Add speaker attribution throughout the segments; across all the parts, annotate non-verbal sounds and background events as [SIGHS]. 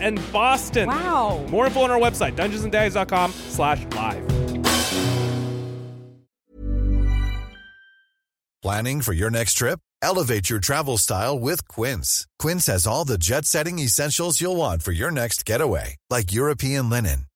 Speaker 1: and Boston.
Speaker 2: Wow.
Speaker 1: More info on our website, dungeonsanddice.com slash live.
Speaker 3: Planning for your next trip? Elevate your travel style with Quince. Quince has all the jet setting essentials you'll want for your next getaway, like European linen,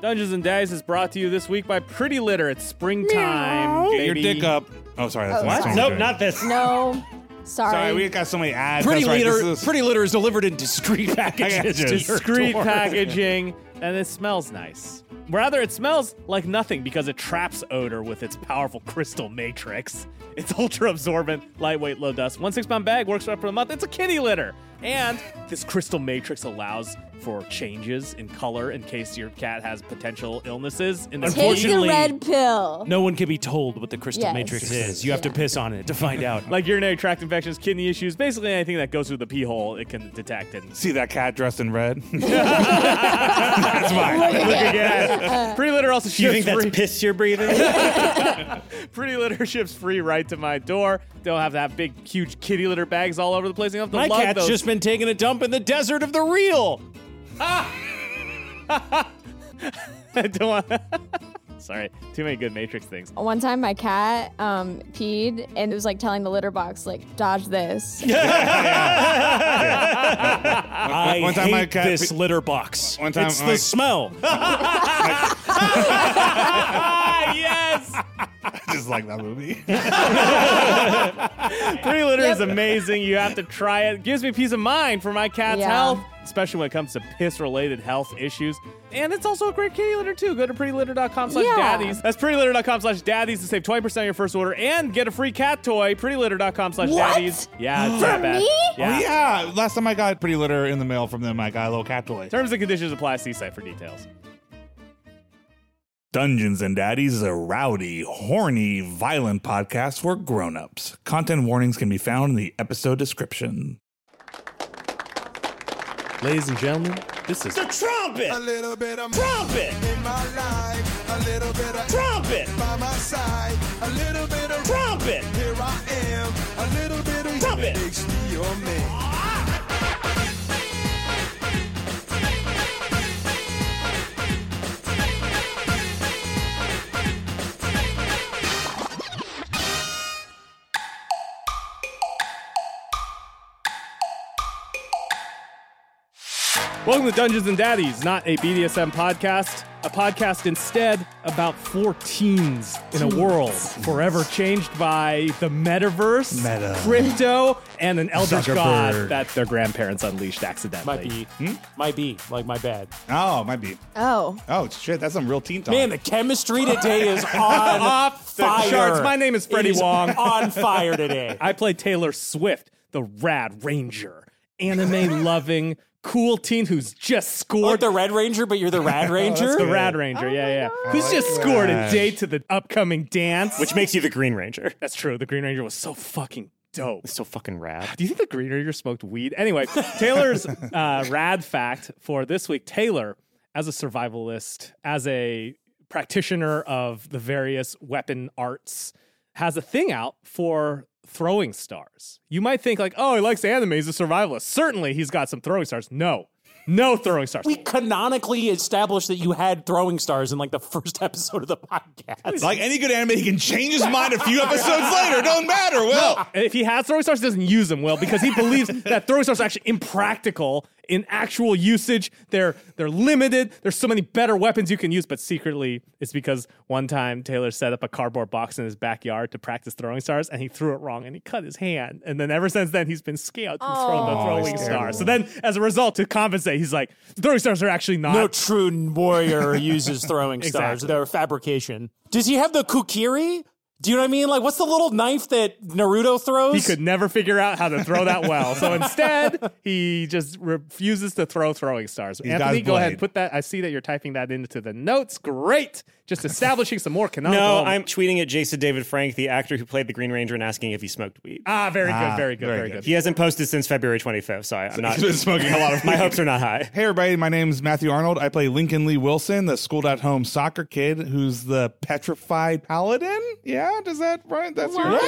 Speaker 1: Dungeons and Dice is brought to you this week by Pretty Litter. It's springtime.
Speaker 4: Get your dick up. Oh, sorry. That's
Speaker 5: What?
Speaker 4: not
Speaker 6: Nope, not this.
Speaker 5: No. Sorry.
Speaker 4: Sorry, we got so many ads.
Speaker 6: Pretty
Speaker 4: that's right,
Speaker 6: litter.
Speaker 4: this is-
Speaker 6: Pretty litter is delivered in
Speaker 1: [LAUGHS]
Speaker 6: discreet packages.
Speaker 4: Packages.
Speaker 6: to your
Speaker 1: discreet
Speaker 6: door.
Speaker 1: packaging, and it smells nice. Rather, it smells like nothing because it traps odor with its powerful crystal matrix. It's ultra absorbent, lightweight, low dust. One six pound bag works right for the month. It's a kitty litter. And this crystal matrix allows for changes in color in case your cat has potential illnesses. In their
Speaker 5: Take the
Speaker 6: Unfortunately-
Speaker 5: red pill.
Speaker 6: No one can be told what the crystal
Speaker 5: Yes.
Speaker 6: matrix is. You have to piss on it to find out.
Speaker 1: like urinary tract infections, kidney issues, basically anything that goes through the pee hole, it can detect and
Speaker 4: See that cat dressed in red? that's mine.
Speaker 5: [LAUGHS] Uh.
Speaker 1: Yeah. Pretty litter also
Speaker 6: Do you
Speaker 1: ships
Speaker 6: think that's
Speaker 1: free. [LAUGHS]
Speaker 6: piss you're breathing? [LAUGHS]
Speaker 1: Pretty litter ships free right to my door. Don't have to have big, huge kitty litter bags all over the place. You don't have to
Speaker 6: My
Speaker 1: lug
Speaker 6: cat's
Speaker 1: those.
Speaker 6: just been taking a dump in the desert of the real.
Speaker 1: [LAUGHS] I don't want- [LAUGHS] Sorry, too many good Matrix things.
Speaker 5: One time my cat um, peed and it was like telling the litter box, like, dodge this.
Speaker 6: I
Speaker 4: [LAUGHS] One time
Speaker 6: hate
Speaker 4: my cat
Speaker 6: this
Speaker 4: pe-
Speaker 6: litter box.
Speaker 4: One time
Speaker 6: it's
Speaker 4: my-
Speaker 6: the smell.
Speaker 1: [LAUGHS] Ah, yes!
Speaker 4: I just like that [LAUGHS] movie.
Speaker 1: Pretty litter is amazing. You have to try it. Gives me peace of mind for my cat's
Speaker 5: Yeah.
Speaker 1: health, especially when it comes to piss-related health issues. And it's also a great kitty litter too. Go to prettylitter.com slash
Speaker 5: Yeah.
Speaker 1: daddies. That's prettylitter.com slash daddies to save 20% on your first order and get a free cat toy. Prettylitter.com slash
Speaker 5: What?
Speaker 1: daddies. Yeah, it's not bad.
Speaker 5: me?
Speaker 1: Yeah.
Speaker 4: Oh, yeah. Last time I got pretty litter in the mail from them, I got a little cat toy.
Speaker 1: Terms and conditions apply. See site for details.
Speaker 4: Dungeons and Daddies is a rowdy, horny, violent podcast for grown-ups. Content warnings can be found in the episode description.
Speaker 1: Ladies and gentlemen, this is
Speaker 7: A little bit of trumpet in my life. A little bit of
Speaker 6: Trumpet.
Speaker 7: by my side. A little bit of trumpet. Here I am. A little bit of trumpet makes me your man.
Speaker 1: Welcome to Dungeons and Daddies, not a BDSM podcast, a podcast instead about four teens in a world forever changed by the metaverse,
Speaker 4: Meta.
Speaker 1: crypto, and an eldritch god
Speaker 4: Zuckerberg.
Speaker 1: that their grandparents unleashed accidentally.
Speaker 6: Might be, might be like my bad.
Speaker 4: Oh, it might be.
Speaker 5: Oh.
Speaker 4: Oh, shit. That's some real teen talk.
Speaker 6: Man, the chemistry today is on
Speaker 1: Off the
Speaker 6: fire.
Speaker 1: charts. My name is
Speaker 6: It
Speaker 1: Freddie Wong.
Speaker 6: On
Speaker 1: [LAUGHS]
Speaker 6: fire today.
Speaker 1: I play Taylor Swift, the Rad Ranger, anime loving, cool teen who's just
Speaker 6: Or
Speaker 1: scored
Speaker 6: the Red Ranger, but you're the Rad Ranger.
Speaker 1: the Rad Ranger, yeah, yeah. Who's just
Speaker 4: my
Speaker 1: scored a
Speaker 4: gosh.
Speaker 1: date to the upcoming dance?
Speaker 8: Which makes you the Green Ranger.
Speaker 1: that's true. The Green Ranger was so fucking dope.
Speaker 8: It's so fucking rad.
Speaker 1: Do you think the Green Ranger smoked weed? Anyway, Taylor's uh, rad fact for this week. Taylor, as a survivalist, as a practitioner of the various weapon arts, has a thing out for throwing stars. You might think like, oh, he likes anime. He's a survivalist. Certainly, he's got some throwing stars. No,
Speaker 7: No throwing stars.
Speaker 6: We canonically established that you had throwing stars in like the first [LAUGHS] episode of the podcast.
Speaker 9: Like any good anime, he can change his mind a few episodes later. Don't matter, Will.
Speaker 7: And if he has throwing stars, he doesn't use them well
Speaker 8: [LAUGHS]
Speaker 7: because he believes that throwing stars are actually impractical in actual usage. They're they're limited. There's so many better weapons you can use, but secretly it's because one time Taylor set up a cardboard box in his backyard to practice throwing stars, and he threw it wrong and he cut his hand. And then ever since then, he's been scaled from the throwing star. So then, as a result, to compensate, he's like, throwing stars are actually not.
Speaker 6: no true warrior uses throwing stars.
Speaker 7: Exactly.
Speaker 6: They're a fabrication. Does he have the kukiri? Do you know what I mean? Like, what's the little knife that Naruto throws?
Speaker 7: he could never figure out how to throw that well. So instead, he just refuses to throw throwing stars.
Speaker 9: got
Speaker 7: Anthony,
Speaker 9: his
Speaker 7: go ahead
Speaker 9: blade.
Speaker 7: put that. I see that you're typing that into the notes. Great.
Speaker 9: [LAUGHS]
Speaker 7: Just establishing some more canonical.
Speaker 8: No,
Speaker 7: elements.
Speaker 8: I'm tweeting at Jason David Frank, the actor who played the Green Ranger, and asking if he smoked weed.
Speaker 7: Ah, very
Speaker 9: Ah,
Speaker 7: good, very good,
Speaker 9: very
Speaker 7: very
Speaker 9: good.
Speaker 7: good.
Speaker 8: He hasn't posted since February 25th, so I, I'm
Speaker 9: [LAUGHS]
Speaker 8: not.
Speaker 9: He's been smoking a lot of
Speaker 8: my
Speaker 9: weed.
Speaker 8: hopes are not high.
Speaker 9: Hey everybody, my name's Matthew Arnold. I play Lincoln Lee Wilson, the schooled at home soccer kid who's the petrified paladin. Yeah, does that right? That's your
Speaker 5: Wow,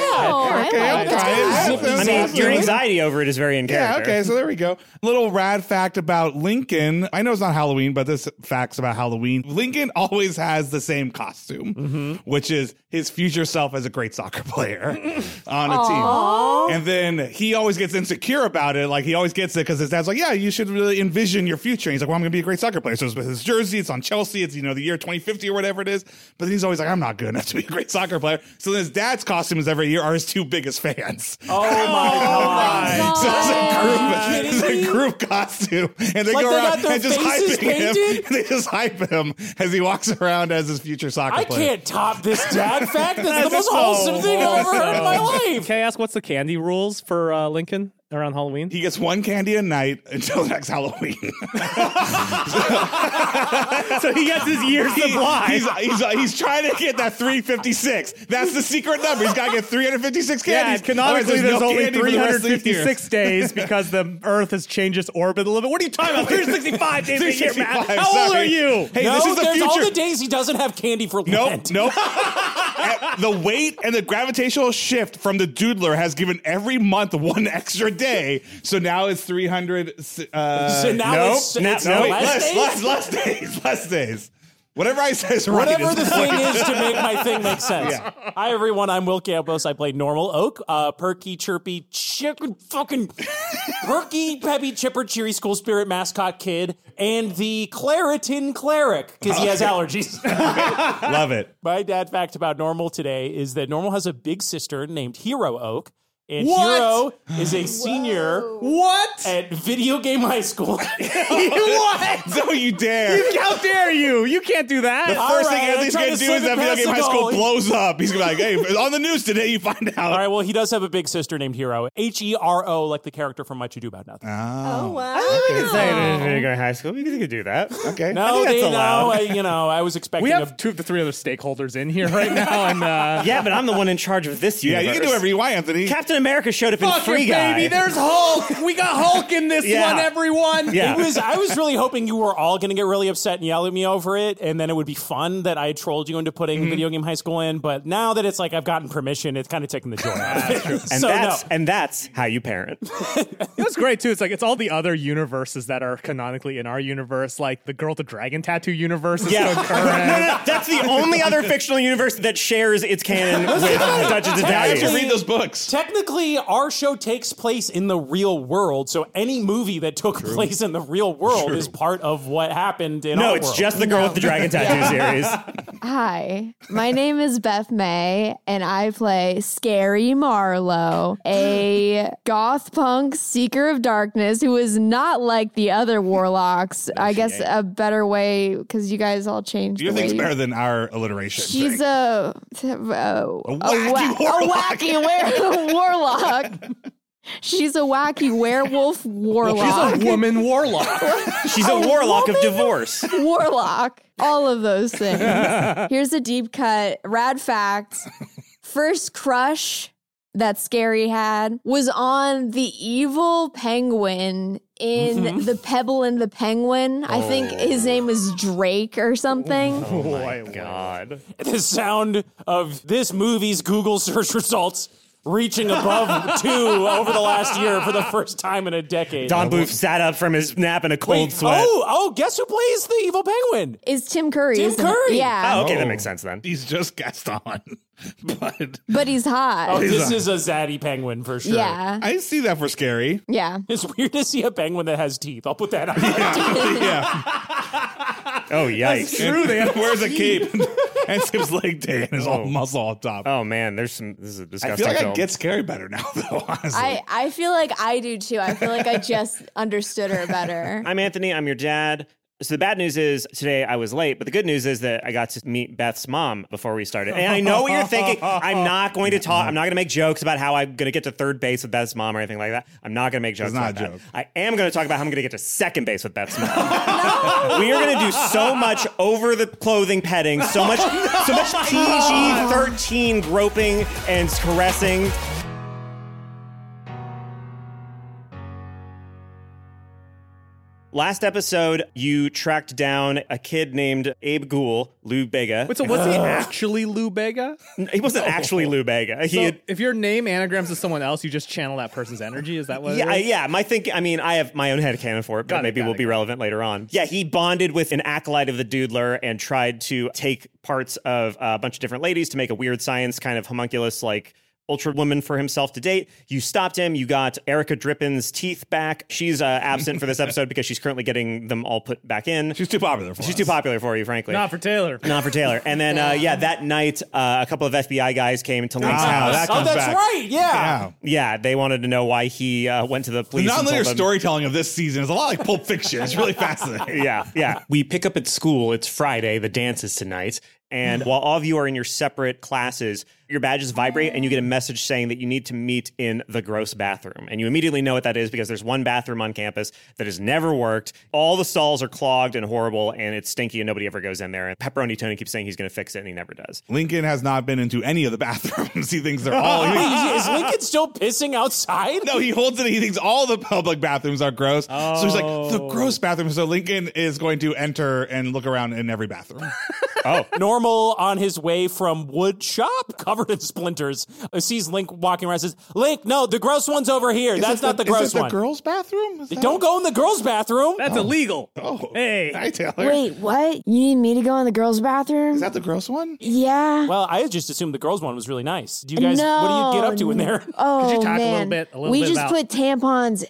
Speaker 5: I
Speaker 9: Okay,
Speaker 5: like
Speaker 9: I'm
Speaker 5: that.
Speaker 9: trying.
Speaker 5: That's
Speaker 9: That's-
Speaker 6: good.
Speaker 8: I
Speaker 9: that's
Speaker 8: mean,
Speaker 9: awesome.
Speaker 8: your anxiety over it is very in
Speaker 9: Yeah,
Speaker 8: character.
Speaker 9: okay, so there we go. Little rad fact about Lincoln. I know it's not Halloween, but this fact's about Halloween. Lincoln [LAUGHS] always has the same costume, which is his future self as a great soccer player [LAUGHS] on a team. And then he always gets insecure about it. Like, he always gets it because his dad's like, Yeah, you should really envision your future. And he's like, Well, I'm going to be a great soccer player. So it's with his jersey, it's on Chelsea, it's, you know, the year 2050 or whatever it is. But then he's always like, I'm not good enough to be a great soccer player. So then his dad's costumes every year are his two biggest fans.
Speaker 6: oh my god!
Speaker 5: God.
Speaker 9: So it's
Speaker 6: Are
Speaker 9: a
Speaker 6: you
Speaker 9: group,
Speaker 6: kidding
Speaker 9: it's
Speaker 6: me?
Speaker 9: a group costume, and they
Speaker 6: Like
Speaker 9: go
Speaker 6: they
Speaker 9: around
Speaker 6: got their
Speaker 9: and just
Speaker 6: faces
Speaker 9: hyping him. [LAUGHS]
Speaker 6: painted?
Speaker 9: They just hype him as he walks around as his future soccer
Speaker 6: I
Speaker 9: player.
Speaker 6: can't top this dad fact. That's,
Speaker 7: That's
Speaker 6: the most
Speaker 7: so
Speaker 6: wholesome thing I've ever heard in my life.
Speaker 7: Can I ask what's the candy rules for uh, Lincoln around Halloween?
Speaker 9: He gets one candy a night until [LAUGHS] next Halloween.
Speaker 7: so he gets his year supply.
Speaker 9: he's, he's, he's trying to get that 356. That's the secret number. He's got to get 356
Speaker 7: yeah,
Speaker 9: candies.
Speaker 7: and canonically,
Speaker 9: Otherwise,
Speaker 7: there's,
Speaker 9: no
Speaker 7: only
Speaker 9: candy for the rest of the year. [LAUGHS]
Speaker 7: 356 days because the Earth has changed its orbit a little bit. What are you
Speaker 9: [LAUGHS]
Speaker 7: talking about? 365 days a year, Matt.
Speaker 9: 365,
Speaker 7: How old
Speaker 9: sorry.
Speaker 7: are you?
Speaker 9: Hey,
Speaker 6: no,
Speaker 9: this is the
Speaker 6: there's
Speaker 9: future.
Speaker 6: all the days he doesn't have candy for
Speaker 9: Nope,
Speaker 6: Lent. [LAUGHS]
Speaker 9: nope. At- the weight and the gravitational shift from the doodler has given every month one [LAUGHS] extra day. So now it's 300. Uh,
Speaker 6: So now
Speaker 9: nope.
Speaker 6: it's-
Speaker 9: No,
Speaker 6: it's
Speaker 9: wait,
Speaker 6: less
Speaker 9: less, less,
Speaker 6: days?
Speaker 9: less days. [LAUGHS] Less days. Whatever I say is right.
Speaker 6: Whatever
Speaker 9: [LAUGHS] is
Speaker 6: the
Speaker 9: right.
Speaker 6: thing is to make my thing make sense. Hi, everyone. I'm Will Campos. I play Normal Oak, uh, Perky, Chirpy, Chicken, fucking Perky, Peppy, Chipper, Cheery School Spirit mascot kid, and the Claritin cleric because he has allergies.
Speaker 9: Love it.
Speaker 6: my dad fact about Normal today is that Normal has a big sister named Hero Oak, and
Speaker 7: What?
Speaker 6: Hero is a senior
Speaker 7: What?
Speaker 6: at Video Game High School.
Speaker 7: what?
Speaker 9: Don't you dare.
Speaker 7: How dare you? You can't do
Speaker 9: the
Speaker 7: that.
Speaker 6: All
Speaker 9: first
Speaker 6: right,
Speaker 9: thing Anthony's
Speaker 6: I'm trying
Speaker 9: going to
Speaker 6: to
Speaker 9: do is
Speaker 6: slip
Speaker 9: that
Speaker 6: it
Speaker 9: video game
Speaker 6: past
Speaker 9: high
Speaker 6: the
Speaker 9: school
Speaker 6: goal.
Speaker 9: blows up. He's going to be like, hey, [LAUGHS] on the news today, you find out.
Speaker 6: All right, well, he does have a big sister named Hero. H E R O, like the character from Much Ado About Nothing.
Speaker 5: Oh, wow.
Speaker 8: You could say that if you go to high school. You could you could do that.
Speaker 9: Okay.
Speaker 6: No,
Speaker 8: that's
Speaker 6: they
Speaker 8: allowed.
Speaker 6: know. I, you know, I [LAUGHS] was expecting.
Speaker 7: We
Speaker 6: a,
Speaker 7: have two of the three other stakeholders in
Speaker 9: [LAUGHS]
Speaker 7: here right now, and uh,
Speaker 8: Yeah, but I'm the one in charge of this
Speaker 9: Yeah,
Speaker 8: universe.
Speaker 9: you can do whatever you want, Anthony.
Speaker 8: Captain America showed up in
Speaker 7: Fuck
Speaker 8: Free
Speaker 7: it,
Speaker 8: Guy.
Speaker 7: baby. There's Hulk. We got Hulk in
Speaker 8: [LAUGHS]
Speaker 7: this
Speaker 8: Yeah.
Speaker 7: one, everyone.
Speaker 8: yeah.
Speaker 6: it was. I was really hoping you were all going to get really upset and yell at me over it, and then it would be fun that I had trolled you into putting video game high school in. But now that it's like I've gotten permission, it's kind of taking the joy out of [LAUGHS] it.
Speaker 8: and
Speaker 6: so
Speaker 8: that's
Speaker 6: no.
Speaker 8: and that's how you parent.
Speaker 7: It was great too. It's like it's all the other universes that are canonically in our universe, like the girl with the dragon tattoo universe. Is
Speaker 8: Yeah. [LAUGHS]
Speaker 7: so
Speaker 9: [LAUGHS]
Speaker 8: No, no,
Speaker 7: current.
Speaker 8: no, that's the only other fictional universe that shares its canon with Dungeons and
Speaker 9: I have to
Speaker 8: Dragons.
Speaker 9: read those books.
Speaker 6: Technically, our show takes place in the real world, so any movie that took place in the real world is part of what happened in
Speaker 8: No,
Speaker 6: our
Speaker 8: it's
Speaker 6: world.
Speaker 8: just the girl with the dragon tattoo [LAUGHS] series.
Speaker 5: Hi, my name is Beth May, and I play Scary Marlowe, a
Speaker 9: [GASPS]
Speaker 5: goth punk seeker of darkness who is not like the other warlocks. I guess a better way, because you guys all changed.
Speaker 9: Your
Speaker 5: the way
Speaker 9: thing's
Speaker 5: you-
Speaker 9: better than our alliteration.
Speaker 5: She's
Speaker 9: thing.
Speaker 5: a, a, a,
Speaker 9: wacky
Speaker 5: wa- a
Speaker 9: warlock.
Speaker 5: wacky were- [LAUGHS]
Speaker 9: [LAUGHS]
Speaker 5: warlock. She's a wacky werewolf warlock.
Speaker 7: She's a woman warlock.
Speaker 8: She's a warlock of divorce.
Speaker 5: warlock, all of those things. Here's a deep cut rad fact. First crush that Scary had was on the evil penguin in The Pebble and the Penguin. I think his name was Drake or something.
Speaker 8: God.
Speaker 6: [LAUGHS] the sound of this movie's Google search results reaching above two over the last year for the first time in a decade.
Speaker 8: Don Bluth sat up from his nap in a cold
Speaker 6: Wait,
Speaker 8: sweat.
Speaker 6: Oh, oh, guess who plays the evil penguin?
Speaker 5: Is Tim Curry?
Speaker 6: Tim
Speaker 5: isn't it?
Speaker 6: Curry!
Speaker 5: Yeah,
Speaker 8: Oh, okay, that makes sense then.
Speaker 4: He's just
Speaker 9: [LAUGHS]
Speaker 4: guest on, but
Speaker 5: but he's hot.
Speaker 4: Oh,
Speaker 6: This is a zaddy penguin for sure.
Speaker 5: yeah,
Speaker 4: I see that for scary.
Speaker 5: yeah.
Speaker 6: It's weird to see a penguin that has teeth. I'll put that on.
Speaker 4: [LAUGHS] yeah,
Speaker 8: Oh, yikes.
Speaker 4: true.
Speaker 8: [LAUGHS]
Speaker 4: They wears a cape and skips leg day and is all muscle on top.
Speaker 8: Oh, man, there's some. This is a disgusting
Speaker 4: I feel like
Speaker 8: film.
Speaker 4: I get scary better now, [LAUGHS] though. Honestly,
Speaker 5: [LAUGHS] I, I feel like I do too. I feel like I just understood her better.
Speaker 8: I'm Anthony. I'm your dad. So the bad news is today I was late, but the good news is that I got to meet Beth's mom before we started. And I know what you're thinking.
Speaker 4: [LAUGHS]
Speaker 8: I'm not going to talk. I'm not going to make jokes about how I'm going to get to third base with Beth's mom or anything like that. I'm not going to make jokes.
Speaker 4: It's not
Speaker 8: about
Speaker 4: a joke.
Speaker 8: That. I am going to talk about how I'm going to get to second base with Beth's mom. We are going to do so much over the clothing petting, so much, so much PG 13 groping and caressing. Last episode, you tracked down a kid named Abe Ghoul, Lou Bega.
Speaker 1: Wait, so was he actually Lou Bega?
Speaker 8: he wasn't actually Lou Bega. He
Speaker 1: So
Speaker 8: had,
Speaker 1: if your name anagrams to someone else, you just channel that person's energy. Is that what?
Speaker 8: yeah, I,
Speaker 1: it is?
Speaker 8: yeah. My think, I mean, I have my own head canon for it, but
Speaker 1: Got it,
Speaker 8: maybe
Speaker 1: got
Speaker 8: will
Speaker 1: it,
Speaker 8: be
Speaker 1: got
Speaker 8: relevant later on. Yeah, he bonded with an acolyte of the Doodler and tried to take parts of uh, a bunch of different ladies to make a weird science kind of homunculus like. Ultra woman for himself to date. You stopped him. You got Erica Drippin's teeth back. She's uh, absent
Speaker 1: [LAUGHS]
Speaker 8: for this episode because she's currently getting them all put back in.
Speaker 4: she's too popular for
Speaker 8: She's
Speaker 4: us.
Speaker 8: too popular for you, frankly.
Speaker 1: Not for Taylor.
Speaker 8: Not for Taylor. And then, uh, yeah, that night, uh, a couple of FBI guys came to Link's
Speaker 4: Ah,
Speaker 8: house.
Speaker 4: that
Speaker 6: oh,
Speaker 4: comes
Speaker 6: that's
Speaker 4: back.
Speaker 6: right. Yeah.
Speaker 4: Yeah.
Speaker 8: Yeah, they wanted to know why he uh, went to the
Speaker 4: The
Speaker 8: police. and
Speaker 4: non-linear
Speaker 8: told them-
Speaker 4: storytelling of this season is a lot like Pulp Fiction. It's really fascinating.
Speaker 8: Yeah, yeah. We pick up at school. It's Friday. The dance is tonight. And while all of you are in your separate classes, your badges vibrate and you get a message saying that you need to meet in the gross bathroom. And you immediately know what that is because there's one bathroom on campus that has never worked. All the stalls are clogged and horrible and it's stinky and nobody ever goes in there. And Pepperoni Tony keeps saying he's going to fix it and he never does.
Speaker 4: Lincoln has not been into any of the bathrooms. [LAUGHS] He thinks they're all. he
Speaker 6: [LAUGHS]
Speaker 4: thinks-
Speaker 6: Wait, is Lincoln still pissing outside?
Speaker 4: No, he holds it. He thinks all the public bathrooms are gross. So he's like,
Speaker 6: Oh.
Speaker 4: the gross bathroom. So Lincoln is going to enter and look around in every [LAUGHS] bathroom.
Speaker 6: Normal on his way from wood shop, covered in splinters, uh, sees Link walking around. Says, "Link, no, the gross one's over here.
Speaker 4: Is
Speaker 6: That's
Speaker 4: it
Speaker 6: not the gross
Speaker 4: is it
Speaker 6: one.
Speaker 4: the girls' bathroom? Is that-
Speaker 6: Don't go in the girls' bathroom."
Speaker 1: That's illegal.
Speaker 4: Oh,
Speaker 1: Hey.
Speaker 4: Hi, Taylor.
Speaker 5: Wait, what? You need me to go in the girls' bathroom?
Speaker 4: Is that the gross one?
Speaker 5: yeah.
Speaker 6: well, I just assumed the girls' one was really nice. Do you guys? what do you get up to in
Speaker 5: No,
Speaker 6: there?
Speaker 5: [LAUGHS] Oh,
Speaker 1: Could you talk a little
Speaker 5: man.
Speaker 1: bit- a little
Speaker 5: we
Speaker 1: bit
Speaker 5: just
Speaker 1: about-
Speaker 5: put tampons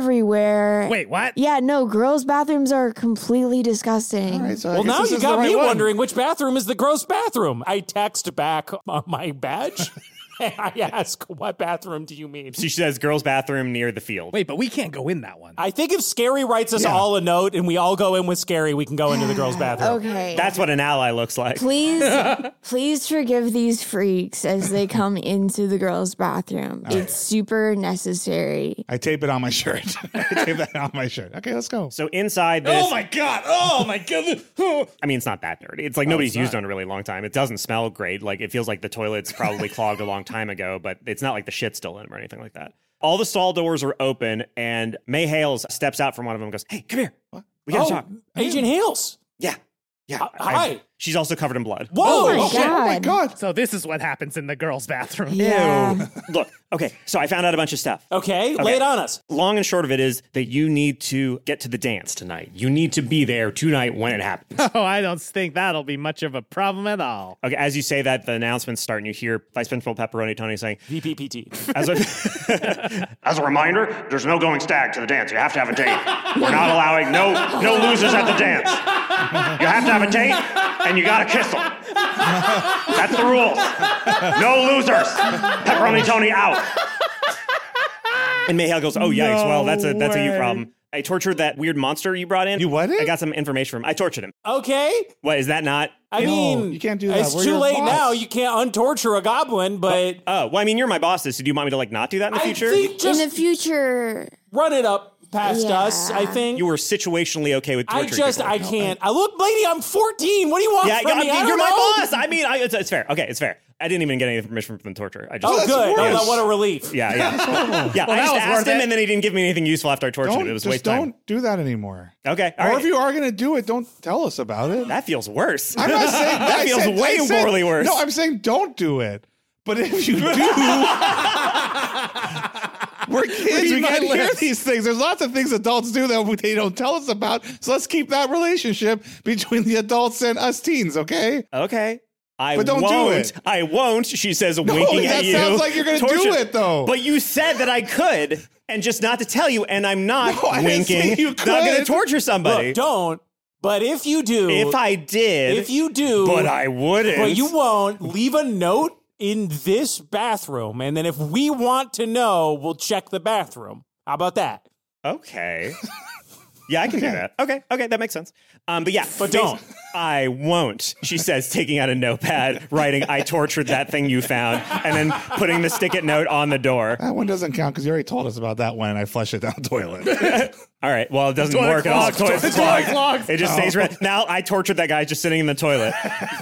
Speaker 5: everywhere.
Speaker 1: Wait, what?
Speaker 5: Yeah, no, girls' bathrooms are completely disgusting.
Speaker 4: All right, so I
Speaker 6: Well,
Speaker 4: guess
Speaker 6: now
Speaker 4: Uh, this
Speaker 6: you
Speaker 4: is the
Speaker 6: got
Speaker 4: right
Speaker 6: me
Speaker 4: one.
Speaker 6: wondering which bathroom is the gross bathroom. I text back on my badge. and I ask, what bathroom do you mean?
Speaker 8: So she says, girls' bathroom near the field.
Speaker 1: Wait, but we can't go in that one.
Speaker 6: I think if Scary writes us
Speaker 4: Yeah.
Speaker 6: all a note and we all go in with Scary, we can go into the
Speaker 4: [SIGHS]
Speaker 6: girls' bathroom.
Speaker 5: Okay.
Speaker 8: That's what an ally looks
Speaker 1: [LAUGHS]
Speaker 8: like.
Speaker 5: please, please forgive these freaks as they come into the girls' bathroom. It's super necessary.
Speaker 4: I tape it on my shirt. [LAUGHS] I tape that on my shirt. Okay, let's go.
Speaker 8: So inside this,
Speaker 4: god! Oh my Oh, god!
Speaker 8: [LAUGHS] I mean, it's not that dirty. It's like nobody's used it in a really long time. It doesn't smell great. Like it feels like the toilet's
Speaker 4: [LAUGHS]
Speaker 8: probably clogged a long time ago, but it's not like the shit's still in them or anything like that. All the stall doors are open, and May Hales steps out from one of them and goes, Hey, come here. We gotta
Speaker 6: Oh,
Speaker 8: talk.
Speaker 6: Agent Hales.
Speaker 8: Yeah. Yeah.
Speaker 6: Uh,
Speaker 8: I-
Speaker 6: hi.
Speaker 8: she's also covered in blood.
Speaker 6: Whoa.
Speaker 5: my
Speaker 6: okay.
Speaker 5: God.
Speaker 4: Oh my god!
Speaker 1: so this is what happens in the girls' bathroom.
Speaker 5: Yeah.
Speaker 8: Look, okay. So I found out a bunch of stuff.
Speaker 4: Uh,
Speaker 6: Okay, lay it on us.
Speaker 8: Long and short of it is that you need to get to the dance tonight. You need to be there tonight when it happens.
Speaker 1: Oh, I don't think that'll be much of a problem at all.
Speaker 8: Okay, as you say that, the announcements start, and you hear Vice Principal Pepperoni Tony saying,
Speaker 6: VPPT.
Speaker 8: as a, [LAUGHS] as a reminder, there's no going stag to the dance. You have to have a date. We're not allowing no no losers at the dance. You have to have a date, and you gotta kiss them. That's the rules. No losers. Pepperoni Tony out. And Mayhel goes, "Oh yikes! well, that's a that's a you
Speaker 1: way.
Speaker 8: problem. I tortured that weird monster you brought in.
Speaker 4: You what it?
Speaker 8: I got some information from him. I tortured him.
Speaker 6: Okay.
Speaker 8: What is that not?
Speaker 6: I
Speaker 4: No,
Speaker 6: mean,
Speaker 4: you can't do that.
Speaker 6: It's
Speaker 4: We're
Speaker 6: too
Speaker 4: your
Speaker 6: late
Speaker 4: boss.
Speaker 6: now. You can't untorture a goblin, but
Speaker 8: Oh, well, I mean, you're my boss, so do you want me to like not do that in the
Speaker 6: I
Speaker 8: future?
Speaker 6: think
Speaker 5: In
Speaker 6: just
Speaker 5: the future,
Speaker 6: run it up past
Speaker 5: Yeah.
Speaker 6: us. I think
Speaker 8: you were situationally okay with
Speaker 6: I
Speaker 8: torturing
Speaker 6: just
Speaker 8: people.
Speaker 6: I can't. I look, lady. I'm 14. What do you want
Speaker 8: Yeah,
Speaker 6: from
Speaker 8: I
Speaker 6: me? I
Speaker 8: mean,
Speaker 6: don't
Speaker 8: you're
Speaker 6: know.
Speaker 8: my boss. I mean, I, it's, it's fair. Okay, it's fair. I didn't even get any information from the torture. I just.
Speaker 6: Oh, good.
Speaker 4: worse.
Speaker 6: Oh, what a relief.
Speaker 8: Yeah,
Speaker 4: [LAUGHS]
Speaker 8: yeah, yeah.
Speaker 1: that
Speaker 8: I just
Speaker 1: was
Speaker 8: asked
Speaker 1: worth
Speaker 8: him,
Speaker 1: it.
Speaker 8: and then he didn't give me anything useful after I tortured
Speaker 4: Don't
Speaker 8: him. It was a
Speaker 4: just
Speaker 8: waste
Speaker 4: don't
Speaker 8: time.
Speaker 4: do that anymore.
Speaker 8: Okay, all
Speaker 4: or
Speaker 8: right.
Speaker 4: if you are gonna do it, don't tell us about it.
Speaker 8: that feels worse. [LAUGHS]
Speaker 4: I'm not saying
Speaker 8: that
Speaker 4: I
Speaker 8: feels
Speaker 4: said-
Speaker 8: way
Speaker 4: I said-
Speaker 8: morally worse.
Speaker 4: No, I'm saying don't do it. But
Speaker 8: [LAUGHS]
Speaker 4: if you do, we're kids. we
Speaker 1: my
Speaker 4: can't hear
Speaker 1: lips.
Speaker 4: these things. There's lots of things adults do that they don't tell us about. So let's keep that relationship between the adults and us teens, okay?
Speaker 8: Okay. I
Speaker 4: But don't do
Speaker 8: won't.
Speaker 4: it.
Speaker 8: I won't. She says, winking
Speaker 4: that
Speaker 8: at you.
Speaker 4: sounds like you're gonna do
Speaker 8: Torture-
Speaker 4: it, though.
Speaker 8: But you said that I could, and just not to tell you, and I'm not
Speaker 4: No, I didn't
Speaker 8: winking.
Speaker 4: say you
Speaker 8: Not going to
Speaker 4: could.
Speaker 8: torture somebody.
Speaker 6: Look, don't. But if you do,
Speaker 8: if I did,
Speaker 6: if you do,
Speaker 8: but I wouldn't.
Speaker 6: but you won't, leave a note in this bathroom, and then if we want to know, we'll check the bathroom. How about that?
Speaker 8: [LAUGHS] Okay. Yeah, I can do that. Okay, okay, that makes sense. Um, but yeah,
Speaker 6: But
Speaker 8: basi-
Speaker 6: don't.
Speaker 8: I won't. She says, taking out a notepad, writing, "I tortured that thing you found," and then putting the stick it note on the door.
Speaker 4: That one doesn't count because you already told us about that one and I flushed it down
Speaker 8: [LAUGHS]
Speaker 4: the toilet.
Speaker 8: Oh, All right. Well, it doesn't
Speaker 1: Toilet
Speaker 8: work at all.
Speaker 4: Oh,
Speaker 1: clogs,
Speaker 8: Toilet
Speaker 1: toilet
Speaker 8: clog.
Speaker 7: [LAUGHS]
Speaker 1: clogs.
Speaker 8: It just stays red. Now I tortured that guy just sitting in the toilet.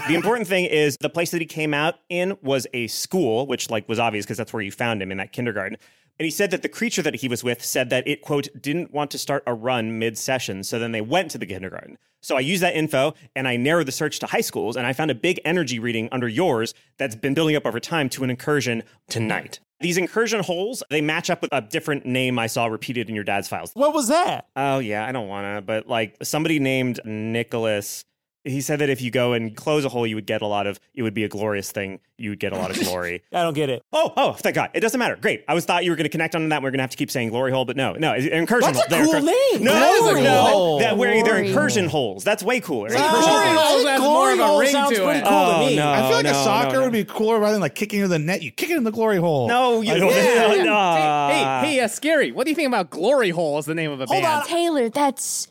Speaker 8: the important thing is the place that he came out in was a school, which like was obvious because that's where you found him in that kindergarten. And he said that the creature that he was with said that it quote didn't want to start a run mid session, so then they went to the kindergarten. So I used that info and I narrowed the search to high schools, and I found a big energy reading under yours that's been building up over time to an incursion tonight. These incursion holes, they match up with a different name I saw repeated in your dad's files.
Speaker 6: What was that?
Speaker 8: Oh yeah, I don't want to, but like somebody named Nicholas, he said that if you go and close a hole, you would get a lot of. It would be a glorious thing. You would get a lot of glory.
Speaker 6: I don't get it.
Speaker 8: oh, oh, thank God! It doesn't matter. Great. I was thought you were going to connect on that. We are going to have to keep saying glory hole, but no, no, it's incursion
Speaker 6: That's a
Speaker 8: hole. They're
Speaker 6: cool
Speaker 8: incur-
Speaker 6: name.
Speaker 8: No,
Speaker 6: Glory
Speaker 8: no,
Speaker 6: hole.
Speaker 8: that where they're
Speaker 5: Glory
Speaker 8: incursion holes. That's way cooler.
Speaker 1: Glory
Speaker 8: Incursion
Speaker 1: hole.
Speaker 8: holes.
Speaker 1: holes has more of a
Speaker 6: hole
Speaker 1: ring
Speaker 6: sounds
Speaker 1: to
Speaker 6: pretty
Speaker 1: it.
Speaker 6: cool
Speaker 8: Oh,
Speaker 6: to me.
Speaker 8: no.
Speaker 4: I feel like
Speaker 8: no,
Speaker 4: a soccer
Speaker 8: no, no.
Speaker 4: would be cooler rather than like kicking into the net. You kick it in the glory hole.
Speaker 8: No, you [LAUGHS]
Speaker 4: I don't-
Speaker 1: Yeah,
Speaker 8: didn't.
Speaker 1: yeah.
Speaker 8: Ah.
Speaker 1: Hey, hey, uh, scary. What do you think about Glory Hole as the name of a
Speaker 6: Hold
Speaker 1: band?
Speaker 6: on.
Speaker 5: Taylor, that's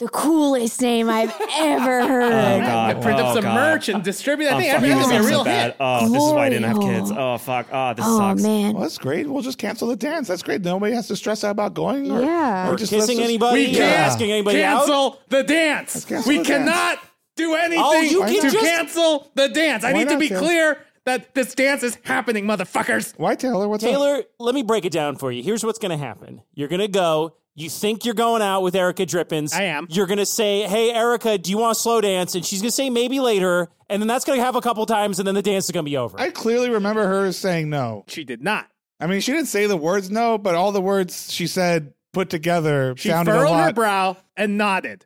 Speaker 5: the coolest name I've
Speaker 4: [LAUGHS]
Speaker 5: ever
Speaker 8: Oh,
Speaker 5: heard.
Speaker 8: God.
Speaker 1: I print
Speaker 8: Oh,
Speaker 1: up some
Speaker 8: God.
Speaker 1: merch and distribute. I
Speaker 8: I'm
Speaker 1: think I
Speaker 8: fucking
Speaker 1: think it's gonna be a
Speaker 8: so
Speaker 1: real
Speaker 8: bad.
Speaker 1: hit.
Speaker 8: Oh, this is why I didn't have
Speaker 5: Glory
Speaker 8: kids.
Speaker 5: hole.
Speaker 8: Oh fuck. Oh, this
Speaker 5: oh
Speaker 8: sucks.
Speaker 4: Well,
Speaker 5: man.
Speaker 4: that's great. We'll just cancel the dance. That's great. Nobody has to stress out about going or,
Speaker 5: Yeah.
Speaker 4: or
Speaker 5: Or
Speaker 4: just let's
Speaker 6: Kissing
Speaker 4: just-
Speaker 6: anybody?
Speaker 1: We
Speaker 6: or
Speaker 1: can't
Speaker 6: asking anybody out?
Speaker 1: cancel the dance.
Speaker 4: cancel
Speaker 1: we
Speaker 4: the dance. Oh,
Speaker 1: cannot do anything
Speaker 6: Oh, you
Speaker 1: to
Speaker 6: can just-
Speaker 1: cancel the dance. I
Speaker 4: Why
Speaker 1: need to
Speaker 4: not,
Speaker 1: be
Speaker 4: Taylor?
Speaker 1: clear that this dance is happening, motherfuckers.
Speaker 4: Why, Taylor? What's up?
Speaker 6: Taylor, let me break it down for you. Here's what's going to happen. You're going to go. You think you're going out with Erica Drippins.
Speaker 1: I am.
Speaker 6: You're going to say, hey, Erica, do you want to slow dance? And she's going to say, maybe later. And then that's going to have a couple times, and then the dance is going to be over.
Speaker 4: I clearly remember her saying no.
Speaker 1: She did not.
Speaker 4: I mean, she didn't say the words no, but all the words she said put together
Speaker 1: She
Speaker 4: sounded a
Speaker 1: furrowed her
Speaker 4: lot.
Speaker 1: brow and nodded.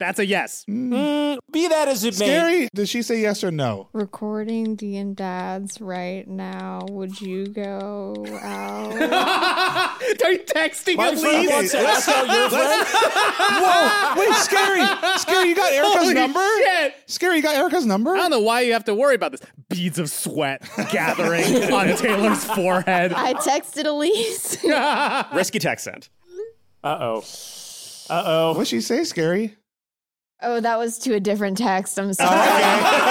Speaker 1: That's a yes.
Speaker 6: Mm, be that as it may.
Speaker 4: Scary. Did she say yes or no?
Speaker 5: Recording D and Dads right now. Would you go out?
Speaker 1: [LAUGHS] Are you texting
Speaker 6: My
Speaker 1: at
Speaker 6: friend
Speaker 1: least?
Speaker 6: wants to ask out your friend.
Speaker 4: Whoa! Wait, scary, scary. You got Erica's
Speaker 1: Holy
Speaker 4: number.
Speaker 1: shit.
Speaker 4: Scary, you got Erica's number.
Speaker 1: I don't know why you have to worry about this. Beads of sweat
Speaker 4: [LAUGHS]
Speaker 1: gathering on Taylor's forehead.
Speaker 5: [LAUGHS] I texted Elise.
Speaker 8: Risky text sent.
Speaker 6: Uh oh. Uh oh.
Speaker 4: What'd she say, Scary?
Speaker 5: [LAUGHS] oh, that was to a different text.
Speaker 8: Oh,
Speaker 5: I'm sorry.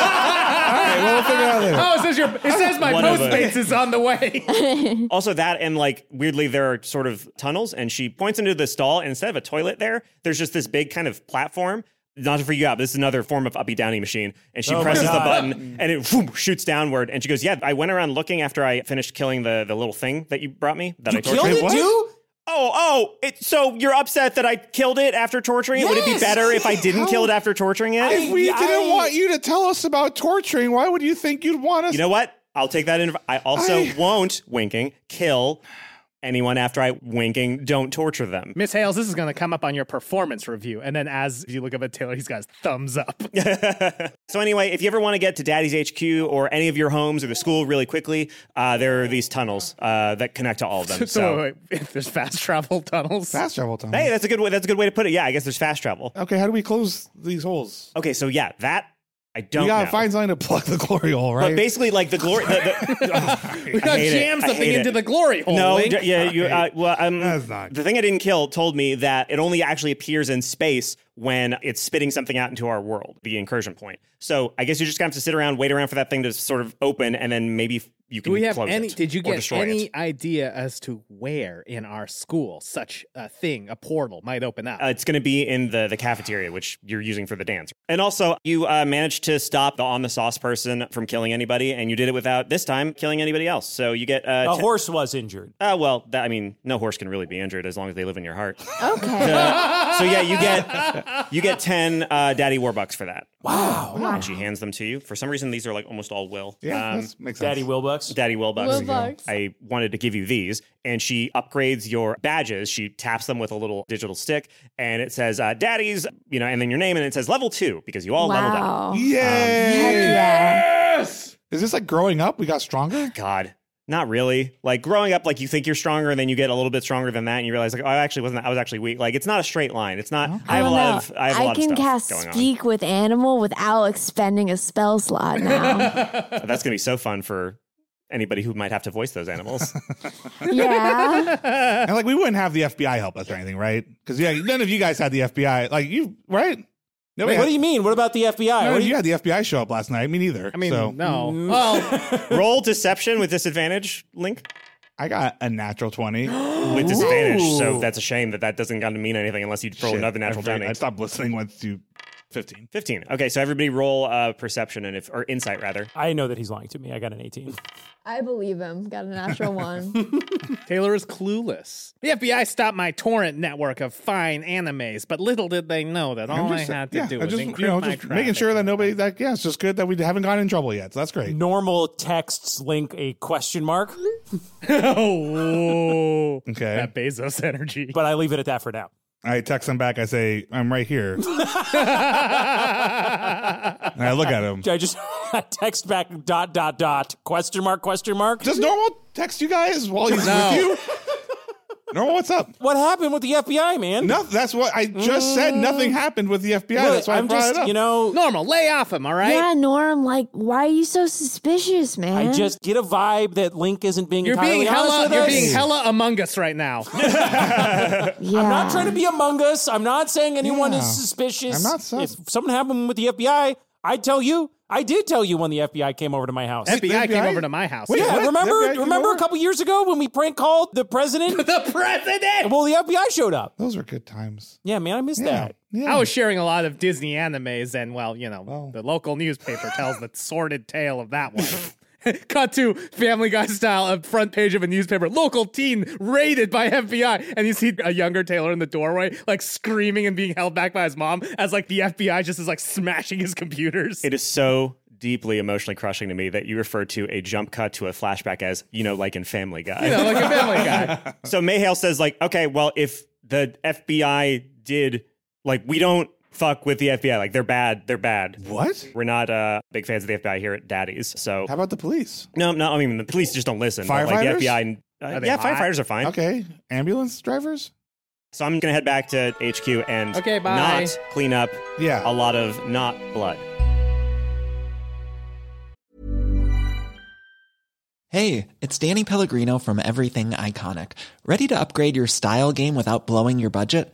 Speaker 4: All right, well, we'll figure it out later.
Speaker 1: Oh, it says your it says my
Speaker 8: One of
Speaker 1: Postmates is on the way.
Speaker 8: Also, that and like weirdly, there are sort of tunnels, and she points into the stall. And instead of a toilet, there, there's just this big kind of platform. Not to freak you out, but this is another form of uppy downy machine. And she
Speaker 6: Oh my
Speaker 8: presses the
Speaker 6: God.
Speaker 8: button, and it whoom, shoots downward. And she goes, "Yeah, I went around looking after I finished killing the the little thing that you brought me that I
Speaker 6: You killed
Speaker 8: tortured."
Speaker 6: it, too?
Speaker 8: Oh, oh! It, so you're upset that I killed it after torturing it? Would it be
Speaker 6: Yes!
Speaker 8: better if I didn't kill it after torturing it?
Speaker 4: If we
Speaker 6: I-
Speaker 4: didn't want you to tell us about torturing, why would you think you'd want
Speaker 8: [LAUGHS]
Speaker 4: us?
Speaker 8: you know what? I'll take that. In- I also
Speaker 1: [LAUGHS]
Speaker 4: I-
Speaker 8: won't winking kill anyone after I winking. Don't torture them.
Speaker 1: Miss Hales, this is going to come up on your performance review. And then as you look up at Taylor, he's got his thumbs up.
Speaker 8: So anyway, if you ever want to get to Daddy's HQ or any of your homes or the school really quickly, uh, there are these tunnels uh, that connect to all
Speaker 1: [LAUGHS]
Speaker 8: of them.
Speaker 1: So
Speaker 8: So
Speaker 1: wait, if there's fast travel tunnels.
Speaker 4: [LAUGHS] fast travel time.
Speaker 8: hey, that's a good way. That's a good way to put it. Yeah, I guess there's fast travel.
Speaker 4: Okay, how do we close these holes?
Speaker 8: Okay, so yeah, that I don't
Speaker 4: We gotta
Speaker 8: know.
Speaker 4: find something to plug the glory hole,
Speaker 8: but
Speaker 4: right?
Speaker 8: basically, like the glory. The,
Speaker 1: [LAUGHS]
Speaker 8: [LAUGHS] the,
Speaker 1: [LAUGHS] we got
Speaker 8: hate it.
Speaker 1: jams
Speaker 8: I
Speaker 1: the thing
Speaker 8: hate
Speaker 1: into
Speaker 8: it.
Speaker 1: the glory hole.
Speaker 8: no,
Speaker 1: Link.
Speaker 8: d- yeah, you. Uh, well, um,
Speaker 4: That's not-
Speaker 8: the thing I didn't kill told me that it only actually appears in space when it's spitting something out into our world, the incursion point. So I guess you're just gonna have to sit around, wait around for that thing to sort of open, and then maybe f- you can
Speaker 1: Do we have
Speaker 8: close
Speaker 1: any?
Speaker 8: it
Speaker 1: Did you
Speaker 8: or
Speaker 1: get
Speaker 8: destroy it.
Speaker 1: any idea as to where in our school such a thing, a portal, might open up?
Speaker 8: Uh, it's going to be in the, the cafeteria, which you're using for the dance. And also, you uh, managed to stop the on the sauce person from killing anybody, and you did it without this time killing anybody else. So you get uh,
Speaker 4: Oh,
Speaker 6: A
Speaker 8: te-
Speaker 6: horse was injured.
Speaker 8: uh, well, that, I mean, no horse can really be injured as long as they live in your heart. so
Speaker 5: okay.
Speaker 8: yeah, you get you get ten uh, daddy warbucks for that. Wow. And she hands them to you. For some reason, these are like almost all will.
Speaker 4: yeah,
Speaker 8: Um,
Speaker 4: that makes sense.
Speaker 6: Daddy Wilbucks. Wilbucks.
Speaker 8: Daddy Wilbucks.
Speaker 5: Wilbucks.
Speaker 8: I wanted to give you these. And she upgrades your badges. She taps them with a little digital stick and it says, uh, Daddy's, you know, and then your name. And it says level two because you all leveled up.
Speaker 5: Wow. Um,
Speaker 4: yes. Is this like growing up? We got stronger.
Speaker 8: God, not really. Like growing up, like you think you're stronger and then you get a little bit stronger than that. And you realize like, oh, I actually wasn't, I was actually weak. Like it's not a straight line. It's not, I have a
Speaker 5: don't
Speaker 8: lot
Speaker 5: know.
Speaker 8: of, I have a lot
Speaker 5: can
Speaker 8: of stuff
Speaker 5: cast
Speaker 8: going on.
Speaker 5: speak with animal without expending a spell slot
Speaker 8: [LAUGHS]
Speaker 5: now.
Speaker 8: But that's going to be so fun for anybody who might have to voice those animals.
Speaker 5: yeah.
Speaker 4: And like we wouldn't have the FBI help us or anything, right? Because yeah, none of you guys had the FBI. Like you, right? No,
Speaker 6: Wait, what do you mean? What about the FBI?
Speaker 4: None
Speaker 6: What
Speaker 4: of
Speaker 6: do
Speaker 4: you
Speaker 6: you-
Speaker 4: had the FBI show up last night. Me neither.
Speaker 1: I mean,
Speaker 4: so
Speaker 1: no. [LAUGHS]
Speaker 8: [LAUGHS]
Speaker 1: Well,
Speaker 8: Roll deception with disadvantage, Link.
Speaker 4: I got a natural twenty.
Speaker 8: With disadvantage. So that's a shame that that doesn't gotta mean anything unless you roll
Speaker 4: Shit,
Speaker 8: another natural
Speaker 4: I forget-
Speaker 8: twenty.
Speaker 4: I stopped listening once you fifteen.
Speaker 8: 15. Okay, so everybody roll uh, perception and if or insight rather.
Speaker 6: I know that he's lying to me. I got an 18.
Speaker 5: I believe him. Got a natural
Speaker 8: [LAUGHS]
Speaker 5: one.
Speaker 1: Taylor is clueless. The FBI stopped my torrent network of fine animes, but little did they know that all I had to
Speaker 4: yeah,
Speaker 1: do
Speaker 4: I'm
Speaker 1: was
Speaker 4: just,
Speaker 1: increase
Speaker 4: you know,
Speaker 1: my
Speaker 4: just making sure that
Speaker 1: traffic.
Speaker 4: nobody that yeah, it's just good that we haven't gotten in trouble yet. So that's great.
Speaker 6: Normal texts link a question mark,
Speaker 1: oh,
Speaker 4: Okay.
Speaker 1: that Bezos energy.
Speaker 6: but I leave it at that for now.
Speaker 4: I text him back. I say, "I'm right
Speaker 1: [LAUGHS]
Speaker 4: here," and I look at him.
Speaker 6: I just [LAUGHS] I text back dot dot dot question mark question mark.
Speaker 4: Does normal text you guys while he's with you? normal, what's up?
Speaker 6: What happened with the FBI, man?
Speaker 4: No, that's what I just
Speaker 1: Mm.
Speaker 4: said. Nothing happened with the FBI.
Speaker 6: Look,
Speaker 4: that's why i
Speaker 6: I'm
Speaker 4: brought
Speaker 6: just
Speaker 4: it up.
Speaker 6: you know
Speaker 1: [LAUGHS] Normal, lay off him, all right?
Speaker 5: Yeah, Norm, like, why are you so suspicious, man?
Speaker 6: I just get a vibe that Link isn't being
Speaker 1: You're
Speaker 6: entirely
Speaker 1: being
Speaker 6: honest
Speaker 1: hella,
Speaker 6: with
Speaker 1: you're
Speaker 6: us.
Speaker 1: being hella among us right now.
Speaker 5: yeah.
Speaker 6: I'm not trying to be among us. I'm not saying anyone
Speaker 4: Yeah.
Speaker 6: is suspicious.
Speaker 4: I'm not sus-
Speaker 6: If something happened with the FBI, I tell you, I did tell you when the FBI came over to my house.
Speaker 1: FBI came
Speaker 4: FBI?
Speaker 1: over to my house.
Speaker 4: Wait,
Speaker 6: Yeah,
Speaker 4: what? The FBI
Speaker 6: remember?
Speaker 4: came
Speaker 6: Remember
Speaker 4: over?
Speaker 6: a couple years ago when we prank called the
Speaker 4: [LAUGHS]
Speaker 6: president?
Speaker 1: [LAUGHS] the president.
Speaker 6: well, the FBI showed up.
Speaker 4: Those were good times.
Speaker 6: Yeah, man, I missed
Speaker 4: Yeah,
Speaker 6: that.
Speaker 4: yeah.
Speaker 1: I was sharing a lot of Disney animes, and well, you know,
Speaker 4: Oh.
Speaker 1: the local newspaper tells the sordid tale of that one. [LAUGHS] Cut to Family Guy style, a front page of a newspaper. Local teen raided by FBI, and you see a younger Taylor in the doorway, like screaming and being held back by his mom, as like the FBI just is like smashing his computers.
Speaker 8: It is so deeply emotionally crushing to me that you refer to a jump cut to a flashback as, you know, like in Family Guy.
Speaker 1: You know, like a Family Guy.
Speaker 8: So Mayhale says, like, okay, well, if the FBI did, like, we don't fuck with the FBI. Like, they're bad. They're bad.
Speaker 4: What?
Speaker 8: We're not uh, big fans of the FBI here at Daddy's. So,
Speaker 4: How about the police?
Speaker 8: no, no, I mean, the police just don't listen. but,
Speaker 4: Firefighters?
Speaker 8: Like, the FBI. Uh,
Speaker 1: Are they
Speaker 8: yeah,
Speaker 1: hot?
Speaker 8: firefighters are fine.
Speaker 4: Okay, ambulance drivers.
Speaker 8: So I'm going to head back to HQ and
Speaker 1: Okay, bye.
Speaker 8: not clean up
Speaker 4: Yeah.
Speaker 8: a lot of not blood.
Speaker 2: Hey, it's Danny Pellegrino from Everything Iconic. Ready to upgrade your style game without blowing your budget?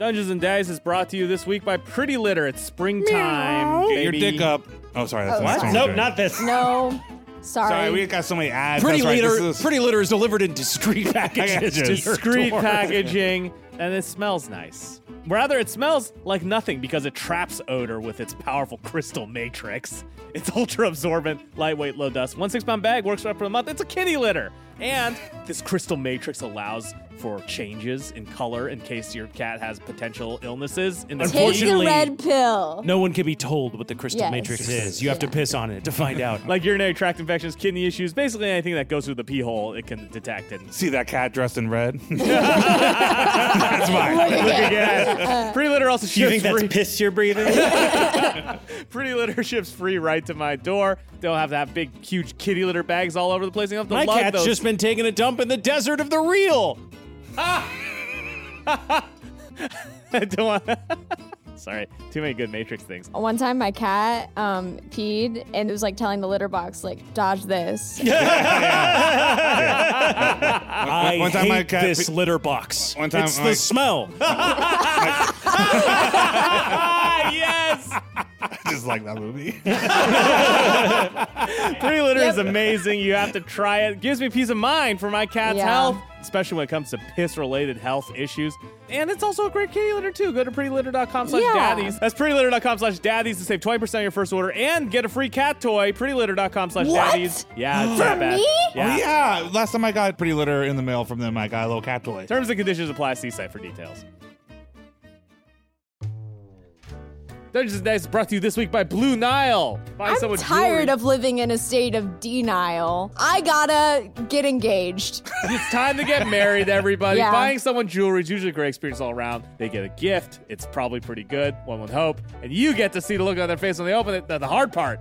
Speaker 1: Dungeons and Dice is brought to you this week by Pretty Litter. It's springtime.
Speaker 4: Get your
Speaker 1: baby.
Speaker 4: dick up. Oh, sorry. That's
Speaker 8: What?
Speaker 4: we're
Speaker 8: Nope,
Speaker 4: doing.
Speaker 8: not this.
Speaker 5: No. Sorry.
Speaker 4: Sorry, we got so many ads.
Speaker 6: Pretty
Speaker 4: That's right,
Speaker 6: litter,
Speaker 4: this is-
Speaker 6: pretty litter is delivered in discreet [LAUGHS]
Speaker 4: packages
Speaker 6: packages.
Speaker 4: [LAUGHS] to your
Speaker 1: discreet packaging, and it smells nice. Rather, it smells like nothing because it traps odor with its powerful crystal matrix. It's ultra absorbent, lightweight, low dust. One six pound bag works right for the month. It's a kitty litter. And this crystal matrix allows for changes in color in case your cat has potential illnesses. In the
Speaker 5: Take the
Speaker 6: Unfortunately-
Speaker 5: red pill.
Speaker 6: No one can be told what the crystal
Speaker 5: Yes.
Speaker 6: matrix is. You have to piss on it to find
Speaker 1: [LAUGHS]
Speaker 6: out.
Speaker 1: like urinary tract infections, kidney issues, basically anything that goes through the pee hole, it can detect [LAUGHS] and
Speaker 4: See that cat dressed in red?
Speaker 1: yeah. Pretty litter also
Speaker 8: Do you think
Speaker 1: ships
Speaker 8: that's
Speaker 1: free-
Speaker 8: piss you're
Speaker 6: [LAUGHS]
Speaker 8: breathing?
Speaker 1: [LAUGHS] Pretty litter ships free right to my door. They'll have that big, huge kitty litter bags all over the place. You have to
Speaker 6: My
Speaker 1: lug
Speaker 6: cat's
Speaker 1: those.
Speaker 6: just been taking a dump in the desert of the real.
Speaker 4: Ah.
Speaker 6: [LAUGHS]
Speaker 1: I don't
Speaker 6: [LAUGHS]
Speaker 1: want- Sorry, too many good Matrix things.
Speaker 5: One time my cat um, peed and it was like telling the litter box, like, dodge
Speaker 6: [LAUGHS]
Speaker 5: this.
Speaker 6: I
Speaker 4: one time
Speaker 6: hate
Speaker 4: my cat
Speaker 6: this
Speaker 4: pe-
Speaker 6: litter box.
Speaker 4: One time
Speaker 6: it's
Speaker 4: my-
Speaker 6: the smell.
Speaker 1: Ah, yes.
Speaker 4: Just
Speaker 9: just like that movie.
Speaker 7: Three litter is amazing. You have to try it. Gives me peace of mind for my cat's
Speaker 5: Yeah.
Speaker 7: health, especially when it comes to piss related health issues. And it's also a great kitty litter too. Go to prettylitter.com slash
Speaker 5: Yeah.
Speaker 7: daddies. That's prettylitter.com slash daddies to save 20% on your first order and get a free cat toy. Prettylitter.com slash
Speaker 5: What?
Speaker 7: daddies. Yeah, it's not
Speaker 5: For
Speaker 7: bad.
Speaker 5: me?
Speaker 7: Yeah.
Speaker 9: yeah. Last time I got pretty litter in the mail from them, I got a little cat toy.
Speaker 7: Terms and conditions apply. See site for details. Dungeons and Dice is brought to you this week by Blue Nile. Buy
Speaker 5: I'm
Speaker 7: someone
Speaker 5: tired
Speaker 7: jewelry.
Speaker 5: of living in a state of denial. I gotta get
Speaker 8: [LAUGHS]
Speaker 5: engaged.
Speaker 7: It's time to get married, everybody.
Speaker 5: Yeah.
Speaker 7: Buying someone jewelry is usually a great experience all around. They get a gift. It's probably pretty good, one would hope. And you get to see the look on their face when they open it. The, the hard part,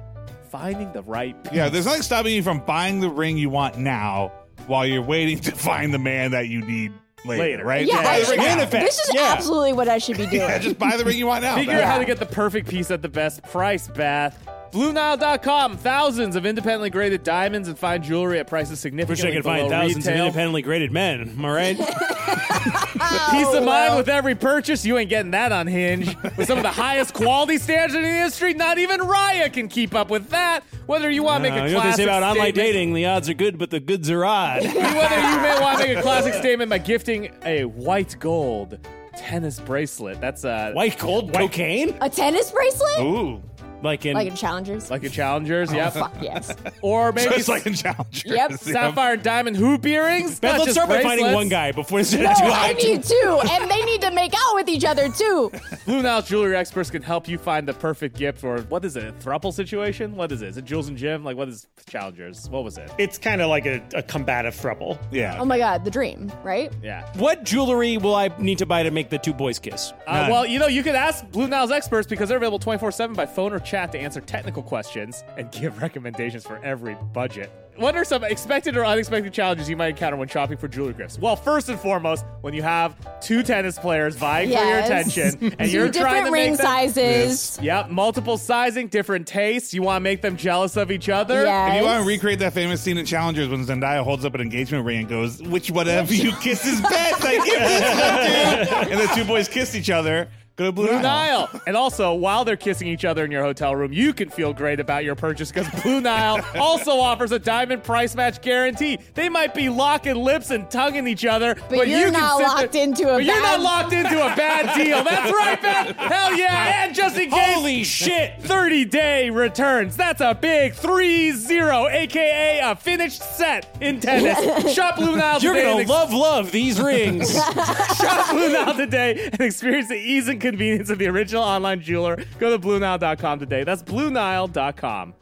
Speaker 7: finding the right
Speaker 9: Yeah, there's nothing stopping you from buying the ring you want now while you're waiting to find the man that you need later,
Speaker 7: Later.
Speaker 9: right?
Speaker 5: yeah,
Speaker 9: Just buy
Speaker 5: I
Speaker 9: the
Speaker 5: should,
Speaker 9: ring manifest.
Speaker 5: this is
Speaker 9: yeah.
Speaker 5: absolutely what I should be doing.
Speaker 9: Yeah, just buy the ring you want now.
Speaker 7: Figure out how to get the perfect piece at the best price, Beth. BlueNile.com. Thousands of independently graded diamonds and fine jewelry at prices
Speaker 6: Wish I
Speaker 7: significantly
Speaker 6: could
Speaker 7: below
Speaker 6: find thousands
Speaker 7: retail.
Speaker 6: of independently graded men. Am I
Speaker 7: [LAUGHS]
Speaker 6: right? Uh,
Speaker 7: Peace of
Speaker 1: Oh,
Speaker 7: mind with every purchase. You ain't getting that on Hinge.
Speaker 6: [LAUGHS]
Speaker 7: With some of the highest quality standards in the industry, not even Raya can keep up with that. Whether you want to
Speaker 6: Uh,
Speaker 7: make a
Speaker 6: you know what they say
Speaker 7: classic
Speaker 6: about online
Speaker 7: statement-
Speaker 6: dating? The odds are good, but the goods are odd.
Speaker 7: Whether you may want to make a classic statement by gifting a white gold tennis bracelet. That's uh,
Speaker 4: [LAUGHS]
Speaker 6: White gold cocaine?
Speaker 5: a tennis bracelet?
Speaker 9: Ooh.
Speaker 6: Like in
Speaker 5: Like in Challengers?
Speaker 7: like a
Speaker 6: Oh,
Speaker 7: challenger's, yep.
Speaker 5: Fuck
Speaker 8: [LAUGHS]
Speaker 5: yes.
Speaker 7: Or maybe
Speaker 9: Just like in Challengers.
Speaker 5: Yep.
Speaker 6: [LAUGHS]
Speaker 7: sapphire and diamond hoop earrings.
Speaker 6: Beth,
Speaker 7: not
Speaker 6: let's
Speaker 7: just
Speaker 6: start by finding
Speaker 7: bracelets.
Speaker 6: one guy before it's too
Speaker 5: No, I
Speaker 6: high.
Speaker 5: need two, and they need to make out with each other too.
Speaker 7: Blue Nile jewelry experts can help you find the perfect gift for what is it? A thruple situation? What is it? Is it Jules and Jim? Like what is challengers? What was it?
Speaker 8: It's kind of like a, a combative throuple.
Speaker 9: Yeah.
Speaker 5: Oh my god, the dream, right?
Speaker 7: Yeah.
Speaker 6: What jewelry will I need to buy to make the two boys kiss?
Speaker 7: Uh, well, you know, you can ask Blue Nile's experts because they're available 24 7 by phone or chat to answer technical questions and [LAUGHS] give recommendations for every budget. What are some expected or unexpected challenges you might encounter when shopping for jewelry gifts? Well, first and foremost, when you have two tennis players vying
Speaker 5: Yes.
Speaker 7: for your
Speaker 5: [LAUGHS]
Speaker 7: attention and
Speaker 5: Two
Speaker 7: you're
Speaker 5: different
Speaker 7: trying to
Speaker 5: ring
Speaker 7: make them-
Speaker 5: sizes.
Speaker 7: Yep, multiple sizing, different tastes. You want to make them jealous of each other.
Speaker 5: Yes.
Speaker 9: If you want to recreate that famous scene in Challengers when Zendaya holds up an engagement ring and goes, which one
Speaker 5: [LAUGHS]
Speaker 9: of you kisses best? I give this one to you." And the two boys kiss each other. Go to Blue,
Speaker 7: Blue
Speaker 9: [LAUGHS] Nile.
Speaker 7: Nile. And also, while they're kissing each other in your hotel room, you can feel great about your purchase because Blue Nile also offers a diamond price match guarantee. They might be locking lips and tonguing each other, but, you
Speaker 5: you're
Speaker 7: can
Speaker 5: not
Speaker 7: sit
Speaker 5: locked
Speaker 7: there-
Speaker 5: into a
Speaker 7: But you're not
Speaker 5: bad-
Speaker 7: locked into a bad deal. That's right, Beth. Hell yeah! And just in case, [LAUGHS]
Speaker 6: Holy shit!
Speaker 7: 30 day returns. That's a big 3 0, aka a finished set
Speaker 6: [LAUGHS]
Speaker 7: in tennis. Shop Blue Nile
Speaker 6: You're
Speaker 7: today and
Speaker 6: gonna love
Speaker 7: ex-
Speaker 6: love these
Speaker 4: [LAUGHS]
Speaker 6: rings.
Speaker 7: Shop Blue Nile today and experience the ease and convenience of the original online jeweler. Go to BlueNile.com today. That's BlueNile.com.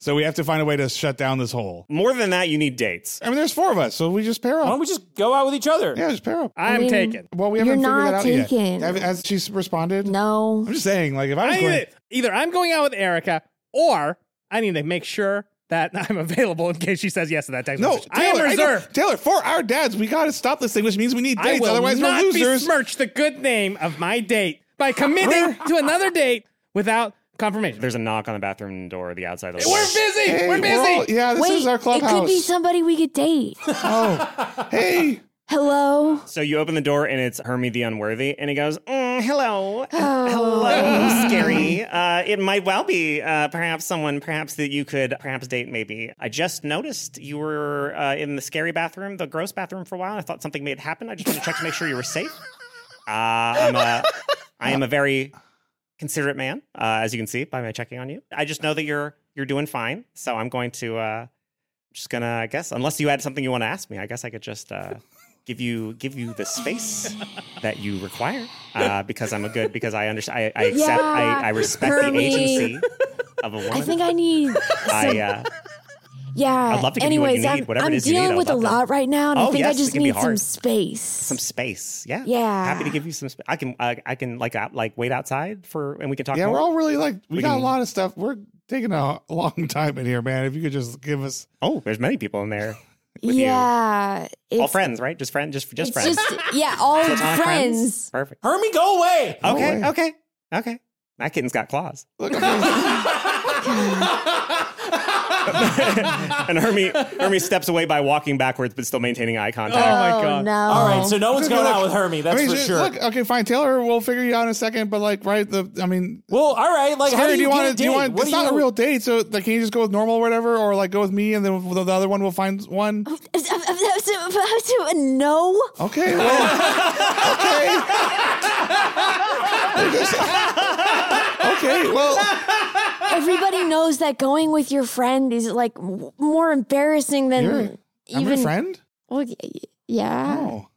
Speaker 9: So we have to find a way to shut down this hole.
Speaker 8: More than that, you need dates.
Speaker 9: I mean, there's four of us, so we just pair up.
Speaker 4: Why don't we just go out with each other?
Speaker 9: yeah, just pair up.
Speaker 7: I'm
Speaker 5: mean-
Speaker 7: taken.
Speaker 9: Well, we
Speaker 5: You're
Speaker 9: haven't figured
Speaker 5: not
Speaker 9: that out
Speaker 5: taken.
Speaker 9: yet. Have- Has she s- responded?
Speaker 5: No.
Speaker 9: I'm just saying, like, if I was
Speaker 7: I need
Speaker 9: going,
Speaker 7: it. Either I'm going out with Erica or I need to make sure that [LAUGHS] I'm available in case she says yes to that text
Speaker 9: no,
Speaker 7: message. I am
Speaker 9: Taylor, know-
Speaker 7: reserved.
Speaker 9: Taylor, for our dads, we got to stop this thing, which means we need
Speaker 7: I,
Speaker 9: dates.
Speaker 7: will
Speaker 9: Otherwise,
Speaker 7: not
Speaker 9: we're losers.
Speaker 7: besmirch the good name of my date by committing to another date without confirmation.
Speaker 8: There's a knock on the bathroom door, the outside of the
Speaker 7: we're
Speaker 8: door.
Speaker 7: busy.
Speaker 9: Hey,
Speaker 7: we're busy.
Speaker 9: all- yeah, this
Speaker 5: Wait,
Speaker 9: is our
Speaker 5: it could
Speaker 9: clubhouse.
Speaker 5: be somebody we could date.
Speaker 9: oh, hey,
Speaker 5: Hello.
Speaker 8: So you open the door and it's Hermie the Unworthy, and he goes, "Mm, "Hello, hello, scary. Uh, it might well be, uh, perhaps someone, perhaps that you could, perhaps date. Maybe I just noticed you were uh, in the scary bathroom, the gross bathroom for a while. I thought something may have happened. I just wanted to check to make sure you were safe. Uh,
Speaker 9: [LAUGHS]
Speaker 8: I'm a, I am a very considerate man, uh, as you can see by my checking on you. I just know that you're you're doing fine, so I'm going to." Uh, just gonna I guess unless you had something you want to ask me, I guess I could just uh, give you give you the space that you require uh, because I'm a good because I understand I, I accept
Speaker 5: Yeah,
Speaker 8: I, I respect the
Speaker 5: Hermie.
Speaker 8: agency of a woman.
Speaker 5: I think I need.
Speaker 8: [LAUGHS] I, uh,
Speaker 5: Yeah.
Speaker 8: I'd love to give you what you
Speaker 5: Anyways,
Speaker 8: need,
Speaker 5: I'm,
Speaker 8: whatever
Speaker 5: I'm
Speaker 8: it is you need,
Speaker 5: dealing
Speaker 8: I'd
Speaker 5: with a
Speaker 8: love to-
Speaker 5: lot right now, and I
Speaker 8: Oh,
Speaker 5: think I
Speaker 8: yes, it
Speaker 5: just
Speaker 8: can be
Speaker 5: need some
Speaker 8: hard.
Speaker 5: space.
Speaker 8: some space, yeah,
Speaker 5: Yeah.
Speaker 8: Happy to give you some. Sp- I can I, I can like out, like wait outside for and we can talk.
Speaker 9: yeah,
Speaker 8: more.
Speaker 9: we're all really like, we,
Speaker 8: We
Speaker 9: got
Speaker 8: can-
Speaker 9: a lot of stuff. We're taking a long time in here, man. If you could just give us,
Speaker 8: oh, there's many people in there. with you.
Speaker 5: yeah. It's,
Speaker 8: all friends, right? Just friend, just just
Speaker 5: It's
Speaker 8: friends.
Speaker 5: just yeah,
Speaker 6: [LAUGHS]
Speaker 5: all
Speaker 8: Platonic
Speaker 5: friends.
Speaker 8: Perfect.
Speaker 4: Hermie, go away.
Speaker 8: Okay,
Speaker 9: way.
Speaker 8: okay,
Speaker 4: [LAUGHS]
Speaker 8: okay. That kitten's got claws.
Speaker 9: look, I'm
Speaker 8: [LAUGHS] and Hermie, Hermie steps away by walking backwards, but still maintaining eye contact.
Speaker 7: my
Speaker 5: oh,
Speaker 7: God.
Speaker 5: no.
Speaker 6: All right, so no
Speaker 4: [LAUGHS]
Speaker 6: one's going out with Hermie. That's
Speaker 4: I mean,
Speaker 6: for
Speaker 4: just-
Speaker 6: sure.
Speaker 4: Look, okay, fine, Taylor. We'll figure you out in a second. But like, right? The I mean,
Speaker 6: well, all right. Like, how
Speaker 4: Scary,
Speaker 6: do you, get
Speaker 4: wanna-
Speaker 6: a
Speaker 4: you
Speaker 6: date?
Speaker 4: want?
Speaker 6: What
Speaker 4: It's
Speaker 6: do
Speaker 4: not a
Speaker 6: you-
Speaker 4: real date, so like, can you just go with normal or whatever, or like go with me, and then the the other one will find one.
Speaker 5: [LAUGHS] no.
Speaker 4: Okay. Well, okay. okay. Well.
Speaker 5: Everybody knows that going with your friend is like w- more embarrassing than
Speaker 4: You're-
Speaker 5: even.
Speaker 4: I'm your friend.
Speaker 5: Well, y- y- yeah.
Speaker 4: Oh.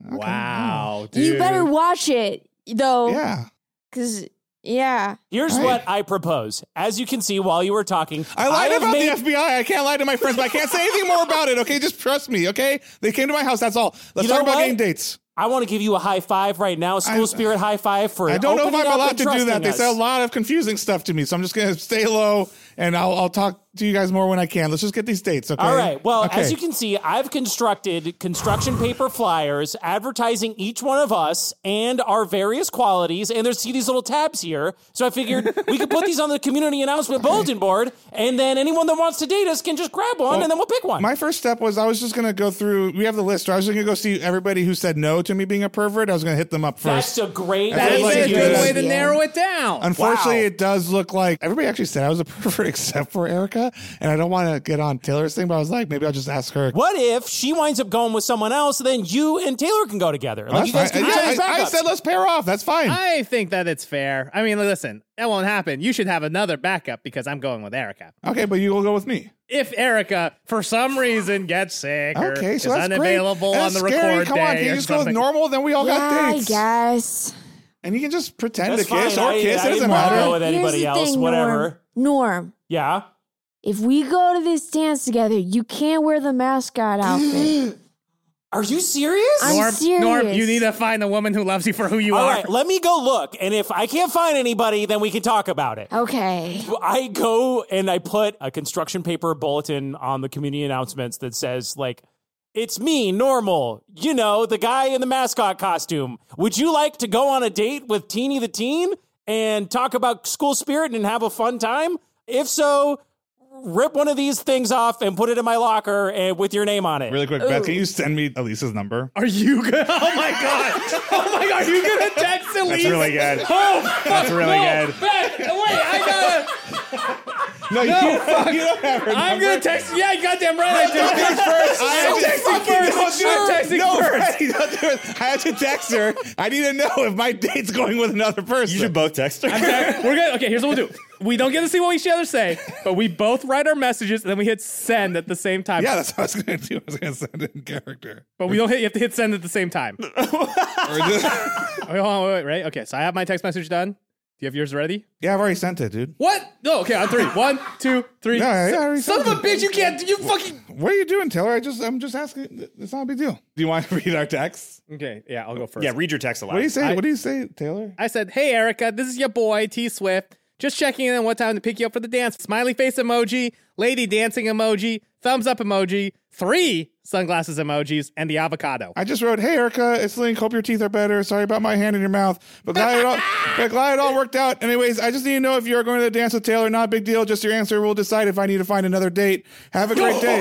Speaker 7: Wow, dude.
Speaker 5: You better watch it though,
Speaker 4: Yeah.
Speaker 5: because yeah.
Speaker 6: [LAUGHS] Here's
Speaker 4: Right.
Speaker 6: what I propose. As you can see while you were talking,
Speaker 4: I lied
Speaker 6: have
Speaker 4: about
Speaker 6: made-
Speaker 4: the FBI. I can't lie to my friends, but I can't say anything more about it. Okay, just trust me. Okay, they came to my house. That's all. Let's
Speaker 6: You know
Speaker 4: talk about
Speaker 6: what?
Speaker 4: game dates.
Speaker 6: I want to give you a high five right now, a school
Speaker 4: I-
Speaker 6: spirit high five for.
Speaker 4: I don't know if
Speaker 6: opening
Speaker 4: I'm
Speaker 6: up
Speaker 4: allowed
Speaker 6: and
Speaker 4: to do that.
Speaker 6: trusting
Speaker 4: They "Oh,
Speaker 6: us.
Speaker 4: said a lot of confusing stuff to me, so I'm just gonna stay low and I'll, I'll talk to you guys more when I can. Let's just get these dates. Okay.
Speaker 6: All right. Well,
Speaker 4: Okay.
Speaker 6: as you can see, I've constructed construction paper flyers advertising each one of us and our various qualities. And there's see these little tabs here. So I figured we
Speaker 4: [LAUGHS]
Speaker 6: could put these on the community announcement bulletin board, and then anyone that wants to date us can just grab one, and then we'll pick one.
Speaker 4: My first step was I was just gonna go through. We have the list. So I was just gonna go see everybody who said no to me being a pervert. I was gonna hit them up first.
Speaker 6: That's a great.
Speaker 4: That
Speaker 7: That's
Speaker 4: Like
Speaker 7: a
Speaker 4: you
Speaker 7: good
Speaker 4: did.
Speaker 7: way to
Speaker 5: Yeah.
Speaker 7: narrow it down.
Speaker 4: Unfortunately,
Speaker 6: Wow.
Speaker 4: it does look like everybody actually said I was a [LAUGHS] pervert except for Erica, and I don't want to get on Taylor's thing, but I was like, maybe I'll just ask her.
Speaker 6: What if she winds up going with someone else, then you and Taylor can go together? Like
Speaker 4: That's
Speaker 6: you guys
Speaker 4: fine.
Speaker 6: can be each
Speaker 4: I,
Speaker 6: other's
Speaker 4: I- I
Speaker 6: backups.
Speaker 4: said let's pair off. That's fine.
Speaker 7: I think that it's fair. I mean, listen, that won't happen. You should have another backup because I'm going with Erica.
Speaker 4: okay, but you will go with me.
Speaker 7: If Erica, for some reason, gets sick or
Speaker 4: Okay, so
Speaker 7: is
Speaker 4: that's
Speaker 7: unavailable
Speaker 4: great.
Speaker 7: on the
Speaker 4: That's scary.
Speaker 7: record
Speaker 4: Come
Speaker 7: day
Speaker 4: on, can
Speaker 7: or
Speaker 4: you just go
Speaker 7: something.
Speaker 4: with normal? Then we all
Speaker 5: yeah,
Speaker 4: got
Speaker 5: I
Speaker 4: dates,
Speaker 5: guess.
Speaker 4: and you can just pretend
Speaker 6: That's
Speaker 4: to kiss
Speaker 6: fine.
Speaker 4: or
Speaker 6: I-
Speaker 4: kiss.
Speaker 6: I
Speaker 4: it doesn't
Speaker 6: didn't wanna
Speaker 4: matter.
Speaker 6: go with anybody
Speaker 5: Here's the
Speaker 6: else,
Speaker 5: thing,
Speaker 6: whatever.
Speaker 5: Norm. Norm,
Speaker 6: Yeah.
Speaker 5: if we go to this dance together, you can't wear the mascot outfit.
Speaker 6: Are you serious?
Speaker 5: I'm
Speaker 7: Norm,
Speaker 5: serious.
Speaker 7: Norm, you need to find a woman who loves you for who you
Speaker 6: All
Speaker 7: are.
Speaker 6: right, let me go look, and if I can't find anybody, then we can talk about it.
Speaker 5: Okay.
Speaker 6: I go and I put a construction paper bulletin on the community announcements that says like. It's me, normal. You know, the guy in the mascot costume. Would you like to go on a date with Teeny the Teen and talk about school spirit and have a fun time? If so, rip one of these things off and put it in my locker and with your name on it.
Speaker 4: Really quick, Beth, can you send me Elisa's [LAUGHS] number?
Speaker 7: Are you gonna? Oh my god! Oh my god! Are you gonna text
Speaker 6: [LAUGHS]
Speaker 7: Elise?
Speaker 8: That's really
Speaker 4: [LAUGHS]
Speaker 8: good.
Speaker 7: Oh, fuck,
Speaker 8: That's really
Speaker 7: no,
Speaker 8: good.
Speaker 7: Beth, wait, I gotta.
Speaker 4: No, you, fuck, you don't have her
Speaker 7: I'm gonna text. Yeah, goddamn right, I do.
Speaker 4: first. I
Speaker 7: am texting first. I'm texting
Speaker 4: no,
Speaker 7: first.
Speaker 4: right, don't do it. I have to text her. I need to know if my date's going with another person.
Speaker 8: You should both text her.
Speaker 7: Okay, We're good. Okay, here's what we'll do. We don't get to see what each other say, but we both write our messages and then we hit send at the same time.
Speaker 4: Yeah, that's what I was gonna do. I was gonna send it in character.
Speaker 7: But we don't hit. You have to hit send at the same time. Wait,
Speaker 4: Or just-
Speaker 7: hold on, wait, wait, right? Okay, so I have my text message done. Do you have yours ready?
Speaker 4: yeah, I've already sent it, dude.
Speaker 7: What? No. Okay, on three. One, two, three.
Speaker 4: No, I- I already
Speaker 7: Son of
Speaker 4: sent
Speaker 7: a bitch! You can't. You fucking.
Speaker 4: What are you doing, Taylor? I just I'm just asking. It's not a big deal. Do you want to [LAUGHS] read our text?
Speaker 7: Okay. Yeah, I'll go first.
Speaker 8: Yeah, read your text aloud.
Speaker 4: What do you say? what do you say, Taylor?
Speaker 7: I said, "Hey, Erica, this is your boy T Swift. Just checking in on what time to pick you up for the dance. Smiley face emoji, lady dancing emoji, thumbs up emoji, three sunglasses emojis, and the avocado."
Speaker 4: I just wrote, "Hey Erica, it's Link. Hope your teeth are better. Sorry about my hand in your mouth, but glad it [LAUGHS] all, but glad it all worked out. Anyways, I just need to know if you are going to the dance with Taylor. Not a big deal. Just your answer will decide if I need to find another date. Have a great [LAUGHS] day.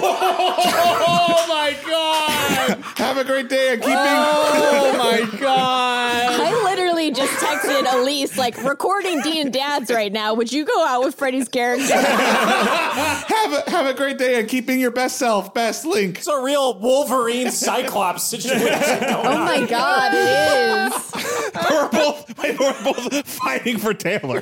Speaker 7: oh my god!
Speaker 4: [LAUGHS] Have a great day and keep
Speaker 7: Oh my god!
Speaker 5: I literally just texted Elise, like, recording D and Dads right now. Would you go out with Freddie's character?
Speaker 4: being [LAUGHS] have a have a great day and keep being your best self. Best Link.
Speaker 6: It's a real Wolverine Cyclops situation.
Speaker 5: oh my God, it is.
Speaker 4: [LAUGHS] We're both we're both fighting for [LAUGHS] Taylor.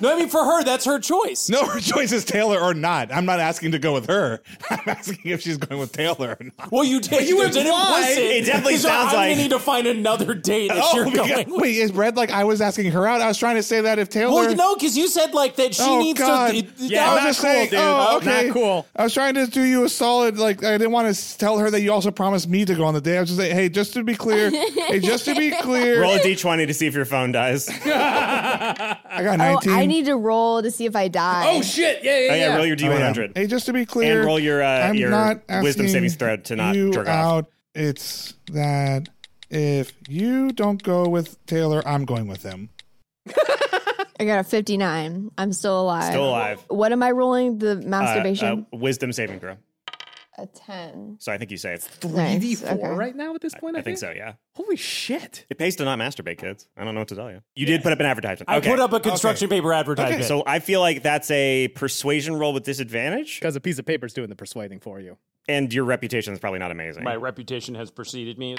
Speaker 6: No, I mean for her, that's her choice.
Speaker 4: No, her choice is Taylor or not. I'm not asking to go with her. [LAUGHS] I'm asking if she's going with Taylor or not.
Speaker 6: Well, you did. You did
Speaker 7: implied-
Speaker 6: implicit.
Speaker 8: it definitely
Speaker 6: So
Speaker 8: sounds
Speaker 6: I'm
Speaker 8: like-
Speaker 6: gonna need to find another date if you're
Speaker 4: because-
Speaker 6: going. with-
Speaker 4: wait, is Red like I was asking her out? I was trying to say that if Taylor.
Speaker 6: Well, no, because you said like that she
Speaker 4: oh,
Speaker 6: needs
Speaker 4: God.
Speaker 6: to. it- it-
Speaker 7: Yeah,
Speaker 4: I was
Speaker 7: not
Speaker 4: just
Speaker 7: cool,
Speaker 4: saying,
Speaker 7: dude.
Speaker 4: oh,
Speaker 7: Not
Speaker 4: okay.
Speaker 7: cool.
Speaker 4: I was trying to do you a solid, like, I didn't want to tell her that you also promised me to go on the date. I was just like, hey, just to be clear, hey, just to be clear,
Speaker 8: Roll a d20 to see if your phone
Speaker 5: [LAUGHS]
Speaker 8: dies. oh,
Speaker 4: I got
Speaker 5: Oh,
Speaker 4: 19.
Speaker 5: I need to roll to see if I die.
Speaker 7: Oh shit! Yeah, yeah,
Speaker 8: yeah,
Speaker 7: yeah.
Speaker 8: roll your
Speaker 4: Oh, yeah.
Speaker 8: d100.
Speaker 4: Hey, just to be clear,
Speaker 8: And roll your, uh,
Speaker 4: I'm
Speaker 8: your
Speaker 4: not
Speaker 8: wisdom
Speaker 4: asking
Speaker 8: savings throw to not
Speaker 4: you
Speaker 8: jerk off.
Speaker 4: out. It's that if you don't go with Taylor, I'm going with him.
Speaker 5: I got a 59. I'm Oh. still alive.
Speaker 8: Still alive.
Speaker 5: What am I rolling? The
Speaker 8: Uh,
Speaker 5: masturbation?
Speaker 8: uh, wisdom saving throw.
Speaker 5: a 10.
Speaker 8: So I think you saved.
Speaker 5: Nice,
Speaker 1: 3d4
Speaker 5: okay.
Speaker 1: right now at this point? I,
Speaker 8: I think so, yeah.
Speaker 1: Holy shit.
Speaker 8: It pays to not masturbate, kids. I don't know what to tell you. You did put up an advertisement.
Speaker 6: I
Speaker 8: okay.
Speaker 6: put up a construction paper advertisement.
Speaker 8: So I feel like that's a persuasion roll with disadvantage,
Speaker 1: Because a piece of paper's doing the persuading for you.
Speaker 8: and your reputation is probably not amazing.
Speaker 6: my reputation has preceded me.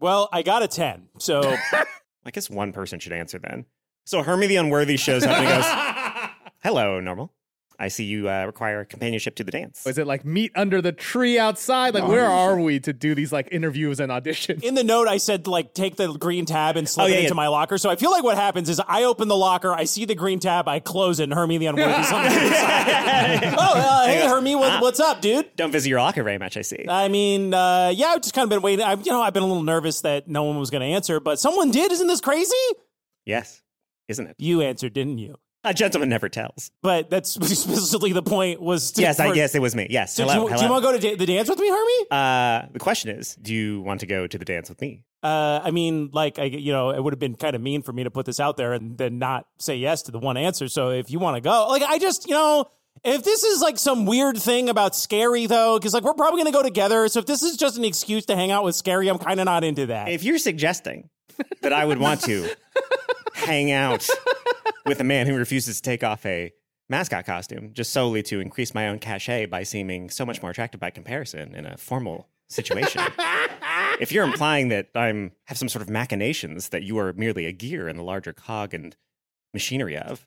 Speaker 6: Well, I got a 10. So
Speaker 8: I guess one person should answer then. So Hermie the Unworthy shows up and he goes,
Speaker 6: [LAUGHS]
Speaker 8: Hello, normal. I see you uh, require companionship to the
Speaker 6: Oh,
Speaker 8: dance.
Speaker 1: Is it like meet under the tree outside? Like, where are we to do these like interviews and auditions? [LAUGHS]
Speaker 6: in the note, I said, like, take the green tab and slip
Speaker 8: Oh, yeah,
Speaker 6: it into
Speaker 8: yeah.
Speaker 6: my locker. So I feel like what happens is I open the locker, I see the green tab, I close it, and Hermie the Unworthy is on the other side. Oh, uh, hey, Hermie, what, what's up, dude?
Speaker 8: Don't visit your locker very much, I see.
Speaker 6: I mean, uh, yeah, I've just kind of been waiting. I, you know, I've been a little nervous that no one was going to answer, but someone did. Isn't this crazy?
Speaker 8: yes, isn't it?
Speaker 6: You answered, didn't you?
Speaker 8: A gentleman never tells.
Speaker 6: But that's [LAUGHS] specifically the point was. To,
Speaker 8: Yes, I
Speaker 6: for-
Speaker 8: yes, it was me. Yes.
Speaker 6: So
Speaker 8: hello,
Speaker 6: do, you-
Speaker 8: hello.
Speaker 6: do you want to go to da- the dance with me, Hermie?
Speaker 8: uh, the question is, do you want to go to the dance with me?
Speaker 6: Uh, I mean, like, I, you know, it would have been kind of mean for me to put this out there and then not say yes to the one answer. So if you want to go, like, I just, you know, if this is like some weird thing about Scary, though, because like we're probably going to go together. So if this is just an excuse to hang out with Scary, I'm kind of not into that.
Speaker 8: If you're suggesting that I would want
Speaker 6: [LAUGHS]
Speaker 8: to hang out with a man who refuses to take off a mascot costume just solely to increase my own cachet by seeming so much more attractive by comparison in a formal
Speaker 6: [LAUGHS]
Speaker 8: situation. if you're implying that I'm have some sort of machinations that you are merely a gear in the larger cog and machinery of,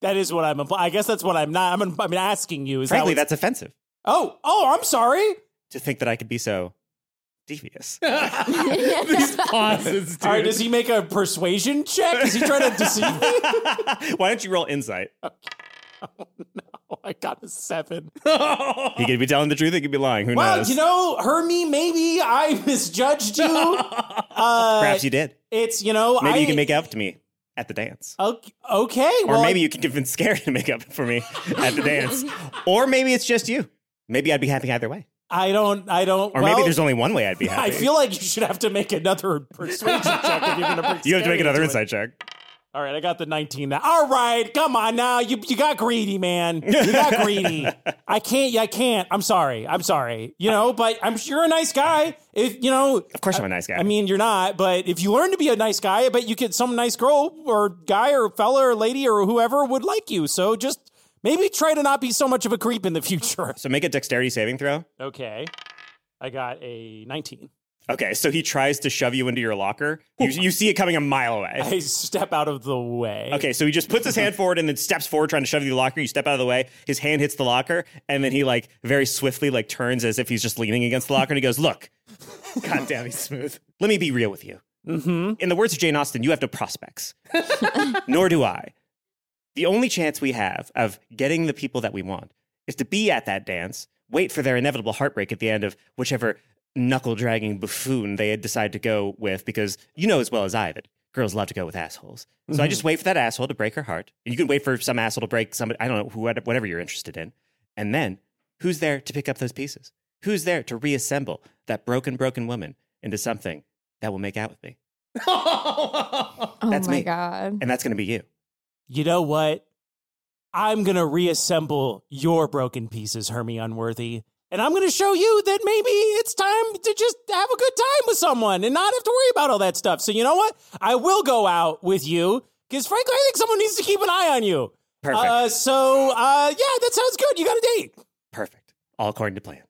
Speaker 6: that is what I'm, impl- I guess that's what I'm not, I'm, I'm asking you. Is
Speaker 8: frankly,
Speaker 6: that
Speaker 8: that's offensive
Speaker 6: what's- oh, oh, I'm sorry.
Speaker 8: to think that I could be so
Speaker 6: [LAUGHS]
Speaker 8: devious. [LAUGHS]
Speaker 1: These pauses, dude.
Speaker 6: All right, does he make a persuasion check? Is he trying to deceive
Speaker 8: [LAUGHS]
Speaker 6: me?
Speaker 8: Why don't you roll insight?
Speaker 6: Oh, I got a seven.
Speaker 8: He could be telling the truth, he could be lying. Who
Speaker 6: Well,
Speaker 8: knows?
Speaker 6: you know, Hermie, maybe I misjudged you.
Speaker 8: [LAUGHS]
Speaker 6: uh,
Speaker 8: Perhaps you did.
Speaker 6: It's you know
Speaker 8: Maybe
Speaker 6: I,
Speaker 8: you can make up to me at the dance.
Speaker 6: okay. okay
Speaker 8: Or
Speaker 6: well,
Speaker 8: maybe you can convince Scary to make up for me at the
Speaker 6: [LAUGHS]
Speaker 8: dance. Or maybe it's just you. Maybe I'd be happy either way.
Speaker 6: I don't. I don't.
Speaker 8: Or
Speaker 6: well,
Speaker 8: maybe there's only one way I'd be
Speaker 6: I
Speaker 8: [LAUGHS] happy.
Speaker 6: feel like you should have to make another persuasion check if you're going to bring.
Speaker 8: [LAUGHS] you have to
Speaker 6: Scary
Speaker 8: make another
Speaker 6: into it.
Speaker 8: insight check.
Speaker 6: All right, I got the 19. Now, all right, come on now. You you got greedy, man. You [LAUGHS] got greedy. I can't. I can't. I'm sorry. I'm sorry. You know, but I'm you're a nice guy. If you know,
Speaker 8: Of course, I, am a nice guy.
Speaker 6: I mean, you're not, but if you learn to be a nice guy, I bet you get some nice girl or guy or fella or lady or whoever would like you. So just maybe try to not be so much of a creep in the future.
Speaker 8: so make a dexterity saving throw.
Speaker 6: [LAUGHS] Okay. I got a 19.
Speaker 8: Okay, so he tries to shove you into your locker. You, you see it coming a mile away.
Speaker 6: I step out of the way.
Speaker 8: Okay, so he just puts his hand forward and then steps forward trying to shove you in the locker. You step out of the way. His hand hits the locker, and then he like very swiftly like turns as if he's just leaning against the locker, and he goes, "Look,
Speaker 1: God damn, he's smooth.
Speaker 8: let me be real with you. In the words of Jane Austen, you have no prospects, [LAUGHS] nor do I. The only chance we have of getting the people that we want is to be at that dance, wait for their inevitable heartbreak at the end of whichever knuckle dragging buffoon they had decided to go with, because you know as well as I that girls love to go with assholes. So I just wait for that asshole to break her heart. You can wait for some asshole to break somebody, I don't know, who, whatever you're interested in. And then who's there to pick up those pieces? Who's there to reassemble that broken, broken woman into something that will make out with me?
Speaker 5: Oh
Speaker 8: That's
Speaker 5: my
Speaker 8: me.
Speaker 5: God.
Speaker 8: And that's going to be you.
Speaker 6: You know what? I'm going to reassemble your broken pieces, Hermie Unworthy. And I'm going to show you that maybe it's time to just have a good time with someone and not have to worry about all that stuff. So, you know what? I will go out with you because, frankly, I think someone needs to keep an eye on you.
Speaker 8: Perfect.
Speaker 6: Uh, so, uh, yeah, that sounds good. You got a date.
Speaker 8: Perfect. All according to plan.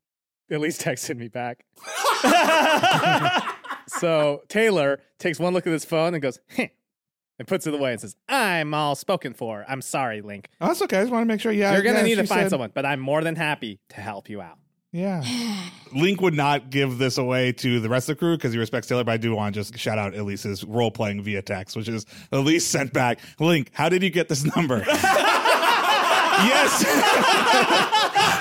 Speaker 1: At least texted me
Speaker 4: [LAUGHS]
Speaker 1: back. so Taylor takes one look at his phone and goes, "Heh," and puts it away and says, I'm all spoken for. I'm sorry, Link.
Speaker 4: Oh, that's okay. I just want to make sure. Yeah,
Speaker 1: You're going
Speaker 4: yeah,
Speaker 1: to need
Speaker 4: she
Speaker 1: to find
Speaker 4: said-
Speaker 1: someone, but I'm more than happy to help you out.
Speaker 4: Yeah. [SIGHS] Link would not give this away to the rest of the crew because he respects Taylor, but I do want to just shout out Elise's role playing via text, which is Elise sent back, Link, how did you get this number? yes.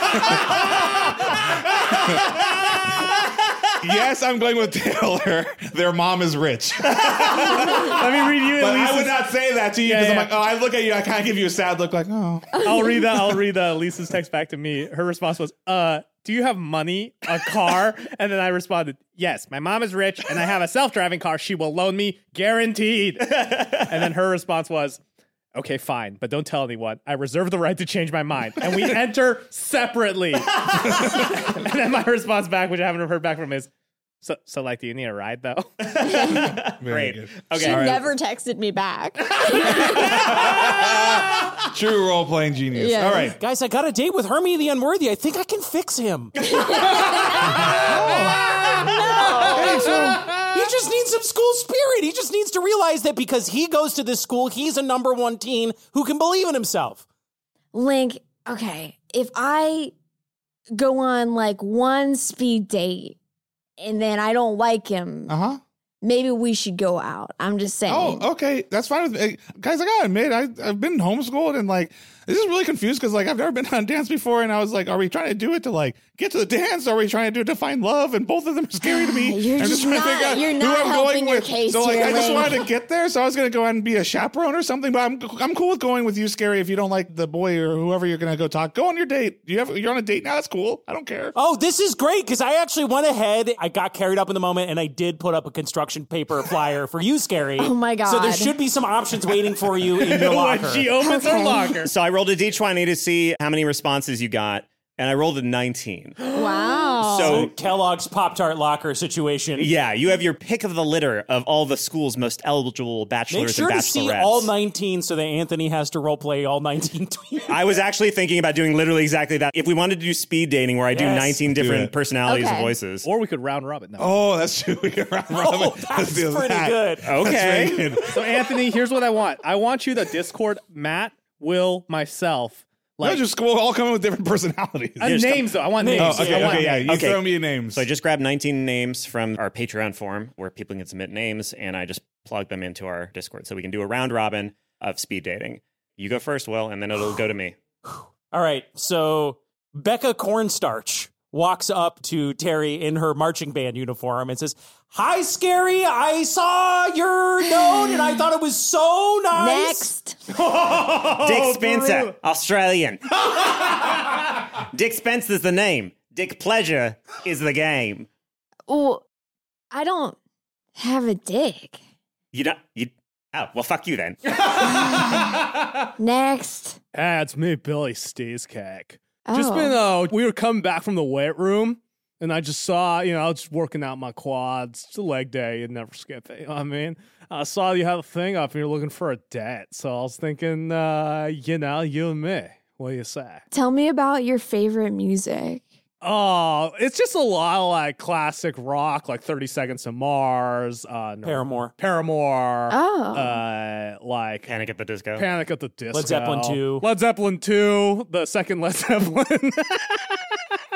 Speaker 4: [LAUGHS] yes, I'm going with Taylor. Their mom is rich.
Speaker 1: Let me read you
Speaker 4: But I would
Speaker 1: Elise's.
Speaker 4: not say that to you
Speaker 1: Yeah,
Speaker 4: because
Speaker 1: yeah.
Speaker 4: I'm like, oh, I look at you, I kind of give you a sad look like, oh.
Speaker 1: I'll
Speaker 7: [LAUGHS]
Speaker 1: read that. I'll read uh, Lisa's text back to me. Her response was, "Uh, do you have money, a
Speaker 7: [LAUGHS]
Speaker 1: car?" And then I responded, "Yes, my mom is rich, and I have a self-driving car. She will loan me, guaranteed." And then her response was,
Speaker 7: okay, fine, but don't tell anyone. I reserve the right to change my mind. And we enter separately. [LAUGHS] and then my response back, which I haven't heard back from, is, so, so like, do you need a ride though?
Speaker 4: Very
Speaker 8: Great.
Speaker 4: good.
Speaker 8: Okay.
Speaker 5: She never texted me back.
Speaker 4: True role playing genius.
Speaker 5: Yeah.
Speaker 4: All right.
Speaker 6: Guys, I got a date with Hermie the Unworthy. I think I can fix him. [LAUGHS] Oh.
Speaker 4: Hey, so
Speaker 6: He just needs some school spirit. He just needs to realize that because he goes to this school, he's a number one teen who can believe in himself.
Speaker 5: Link, okay, if I go on like one speed date and then I don't like him,
Speaker 4: uh huh.
Speaker 5: maybe we should go out. I'm just saying.
Speaker 4: Oh, okay. That's fine with me. Guys, I gotta admit, I, I've been homeschooled and like, this is really confused because like, I've never been [LAUGHS] on dance before. And I was like, are we trying to do it to like get to the dance? Or are we trying to do it to find love? And both of them are scary to me.
Speaker 5: [SIGHS] You're
Speaker 4: I'm
Speaker 5: just
Speaker 4: trying
Speaker 5: not- you're not helping your
Speaker 4: with.
Speaker 5: case
Speaker 4: so like,
Speaker 5: here,
Speaker 4: I just
Speaker 5: Lane.
Speaker 4: wanted to get there. So I was gonna go out and be a chaperone or something. But I'm, I'm cool with going with you, Scary, if you don't like the boy or whoever you're gonna go talk. Go on your date. You have, you're on a date now. That's cool. I don't care.
Speaker 6: Oh, this is great because I actually went ahead. I got carried up in the moment and I did put up a construction paper flyer for you, Scary.
Speaker 5: [LAUGHS]
Speaker 6: Oh
Speaker 5: my
Speaker 6: So there
Speaker 5: God.
Speaker 6: should be some options waiting for you in
Speaker 5: [LAUGHS]
Speaker 6: your
Speaker 7: when
Speaker 6: locker.
Speaker 7: she opens her
Speaker 5: Okay.
Speaker 7: locker.
Speaker 8: So I rolled a d20 to see how many responses you got, and I rolled
Speaker 6: [GASPS]
Speaker 8: a 19.
Speaker 5: Wow.
Speaker 6: Oh.
Speaker 8: So
Speaker 6: Kellogg's Pop Tart locker situation.
Speaker 8: yeah, you have your pick of the litter of all the school's most eligible bachelors
Speaker 6: Make sure
Speaker 8: and
Speaker 6: to
Speaker 8: bachelorettes.
Speaker 6: see all 19 so that Anthony has to roleplay all 19 [LAUGHS] tweets.
Speaker 8: I was actually thinking about doing literally exactly that. If we wanted to do speed dating where I do
Speaker 6: Yes.
Speaker 8: 19 different
Speaker 4: it.
Speaker 8: personalities
Speaker 5: Okay.
Speaker 8: and voices.
Speaker 7: Or we could round robin. No.
Speaker 4: Oh, that's [LAUGHS] true. We can round
Speaker 6: [LAUGHS]
Speaker 4: robin.
Speaker 6: Oh, that's
Speaker 4: Let's do
Speaker 6: pretty
Speaker 4: that. Oh.
Speaker 6: good.
Speaker 8: okay.
Speaker 4: Very [LAUGHS] good.
Speaker 7: So Anthony, here's what I want. I want you to Discord Matt, Will, myself,
Speaker 4: No,
Speaker 7: like
Speaker 4: just we'll all come in with different [LAUGHS] personalities.
Speaker 7: uh,
Speaker 8: just-
Speaker 7: names though. I want names.
Speaker 4: Oh, okay,
Speaker 7: I want
Speaker 4: okay, yeah.
Speaker 7: names.
Speaker 4: You
Speaker 8: Okay.
Speaker 4: throw me a name.
Speaker 8: So I just grabbed 19 names from our Patreon form where people can submit names, and I just plug them into our Discord so we can do a round robin of speed dating. You go first, Will, and then it'll go to me.
Speaker 6: All right. So Becca Cornstarch walks up to Terry in her marching band uniform and says, Hi, Scary. I saw your note and I thought it was so nice.
Speaker 5: Next.
Speaker 4: Oh,
Speaker 8: Dick Spencer,
Speaker 4: [LAUGHS]
Speaker 8: Australian. Dick Spencer's the name. Dick Pleasure is the game.
Speaker 5: Well, I don't have a dick.
Speaker 8: You don't. You. Oh well, fuck you then.
Speaker 5: Next.
Speaker 7: Ah, it's me, Billy Steezcake.
Speaker 5: Oh.
Speaker 7: Just been uh, we were coming back from the weight room, and I just saw you know I was just working out my quads. It's a leg day, you never skip it. You know what I mean, I saw you had a thing up, and you're looking for a date. So I was thinking, uh, you know, you and me. What do you say?
Speaker 5: Tell me about your favorite music.
Speaker 7: Oh, it's just a lot of like classic rock, like Thirty Seconds to Mars, uh, no,
Speaker 6: Paramore.
Speaker 7: Paramore,
Speaker 5: Oh.
Speaker 7: uh, like
Speaker 8: Panic at the Disco.
Speaker 7: Panic at the Disco,
Speaker 6: Zeppelin 2.
Speaker 7: Led Zeppelin two, the second Led [LAUGHS] Zeppelin.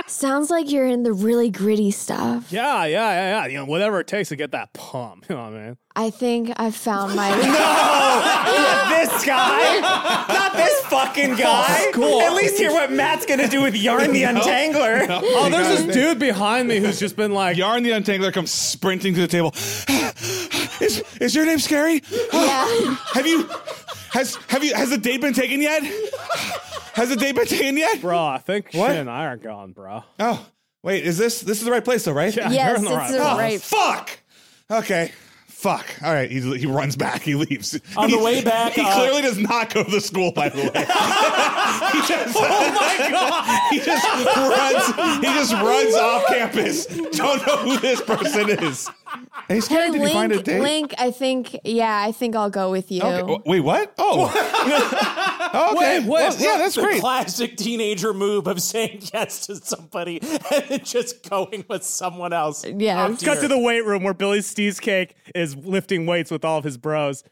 Speaker 5: Sounds like you're in the really gritty stuff.
Speaker 7: Yeah, yeah, yeah, yeah. You know, whatever it takes to get that pump. You know what I mean?
Speaker 5: I think I've found
Speaker 7: [LAUGHS]
Speaker 5: my.
Speaker 8: this guy, not this fucking guy.
Speaker 7: Cool.
Speaker 8: At least hear what Matt's gonna do with Yarn
Speaker 4: [LAUGHS]
Speaker 8: the Untangler.
Speaker 7: Oh, there's this dude behind me who's just been like,
Speaker 4: Yarn the Untangler comes sprinting to the table. is, is your name Scary?
Speaker 5: yeah.
Speaker 4: [GASPS] Have you has have you has the date been taken yet? has the date been taken yet?
Speaker 7: bro, I think
Speaker 4: What?
Speaker 7: Shin and I are gone, bro.
Speaker 4: Oh, wait, is this this is the right place though, right?
Speaker 7: Yeah,
Speaker 5: Yes,
Speaker 7: you're in the
Speaker 5: it's
Speaker 7: right.
Speaker 5: the
Speaker 7: place.
Speaker 4: Oh,
Speaker 5: Right.
Speaker 4: fuck. Okay. Fuck. All right. He, he runs back. He leaves.
Speaker 6: On the
Speaker 4: He-
Speaker 6: way back,
Speaker 4: He
Speaker 6: uh,
Speaker 4: clearly does not go to the school, by the way. [LAUGHS] he just, oh my God. [LAUGHS] He just runs. He just runs off campus. [LAUGHS] Don't know who this person is. Hey, Scary,
Speaker 5: Hey,
Speaker 4: did you find a
Speaker 5: Link,
Speaker 4: date?
Speaker 5: Link, I think, yeah, I think I'll go with you.
Speaker 4: Okay. w- Wait, what? Oh. [LAUGHS] okay.
Speaker 7: Wait, what?
Speaker 4: Well, yeah, that's
Speaker 6: the
Speaker 4: great. [LAUGHS]
Speaker 6: classic teenager move of saying [LAUGHS] yes to somebody and then just going with someone else.
Speaker 5: Yeah.
Speaker 6: Oh,
Speaker 7: Cut
Speaker 6: dear.
Speaker 7: to the weight room where Billy Steezcake is lifting weights with all of his bros.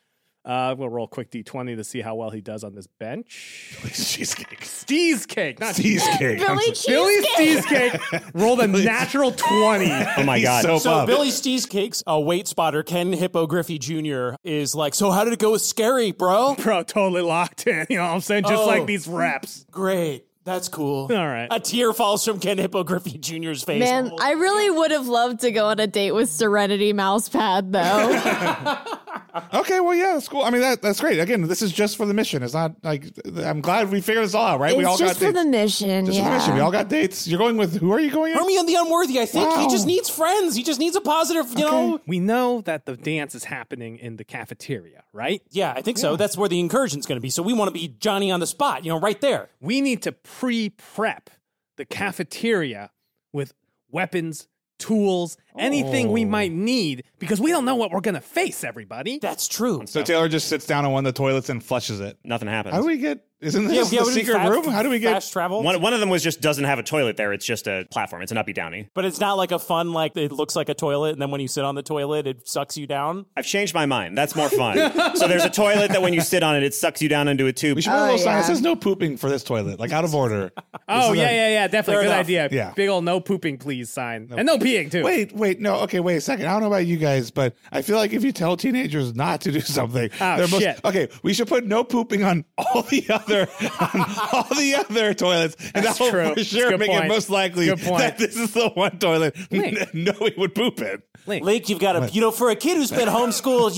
Speaker 7: Uh, we'll roll a quick d20 to see how well he does on this bench.
Speaker 4: Cheesecake.
Speaker 7: Steezcake, not
Speaker 4: Cheesecake.
Speaker 5: Billy
Speaker 4: I'm so-
Speaker 7: Billy
Speaker 5: Cheesecake.
Speaker 7: Steezcake rolled a natural 20.
Speaker 8: Oh my
Speaker 4: [LAUGHS] He's
Speaker 8: god.
Speaker 4: So,
Speaker 6: So
Speaker 4: pumped.
Speaker 6: Billy Steezcake's a weight spotter, Ken Hippo Griffey Jr. is like, so how did it go with Scary, bro?
Speaker 7: Bro, totally locked in. [LAUGHS] You know what I'm saying? Just
Speaker 6: Oh.
Speaker 7: like these reps.
Speaker 6: Great. That's cool.
Speaker 7: All right.
Speaker 6: A tear falls from Ken Hippo Griffey Jr.'s face.
Speaker 5: Man,
Speaker 4: [LAUGHS]
Speaker 5: I really would have loved to go on a date with Serenity Mousepad, though.
Speaker 4: Okay, well, yeah, that's cool. I mean, that that's great. Again, this is just for the mission. It's not like I'm glad we figured this all out, right?
Speaker 5: It's
Speaker 4: we all
Speaker 5: just
Speaker 4: got
Speaker 5: for the
Speaker 4: dates.
Speaker 5: mission.
Speaker 4: Just
Speaker 5: yeah.
Speaker 4: for the mission. We all got dates. You're going with who are you going? with?
Speaker 6: Romeo and the Unworthy, I think. He
Speaker 4: Wow.
Speaker 6: just needs friends. He just needs a positive, you know?
Speaker 1: We know that the dance is happening in the cafeteria, right?
Speaker 6: Yeah, I think so. That's where the incursion's going to be. So we want to be Johnny on the spot, you know, right there.
Speaker 1: We need to pre prep the cafeteria with weapons, tools, anything
Speaker 4: Oh.
Speaker 1: we might need because we don't know what we're going to face, everybody.
Speaker 6: That's true.
Speaker 4: So Taylor just sits down on one of the toilets and flushes it.
Speaker 8: Nothing happens.
Speaker 4: How do we get? Isn't this the
Speaker 6: we
Speaker 4: secret
Speaker 6: fast-
Speaker 4: room? How do we get?
Speaker 6: fast travel?
Speaker 8: one, one of them was just doesn't have a toilet there. It's just a platform. It's an uppy downy.
Speaker 6: but it's not like a fun, like it looks like a toilet, and then when you sit on the toilet, it sucks you down.
Speaker 8: I've changed my mind. That's more
Speaker 4: [LAUGHS]
Speaker 8: fun. so there's a toilet that when you sit on it, it sucks you down into a tube.
Speaker 4: We should put a little sign
Speaker 5: yeah.
Speaker 4: that says "No pooping for this toilet," like out of order.
Speaker 1: [LAUGHS] Oh, yeah, yeah, yeah. Definitely.
Speaker 6: Fair
Speaker 1: Good
Speaker 6: enough.
Speaker 1: idea.
Speaker 4: Yeah.
Speaker 1: Big old no pooping, please sign. And no peeing, too.
Speaker 4: Wait, wait, no, okay, wait a second. I don't know about you guys, but I feel like if you tell teenagers not to do [LAUGHS] something,
Speaker 1: Oh,
Speaker 4: they're most-
Speaker 1: shit.
Speaker 4: okay, we should put no pooping on all the other on all the other toilets, and
Speaker 1: That's
Speaker 4: that will
Speaker 1: true.
Speaker 4: for
Speaker 1: It's a
Speaker 4: sure
Speaker 1: good
Speaker 4: make
Speaker 1: point.
Speaker 4: it most likely
Speaker 1: Good point.
Speaker 4: that this is the one toilet [LAUGHS]
Speaker 1: Link.
Speaker 4: nobody would poop in.
Speaker 1: Link.
Speaker 6: Link, you've got a, you know, for a kid who's been homeschooled,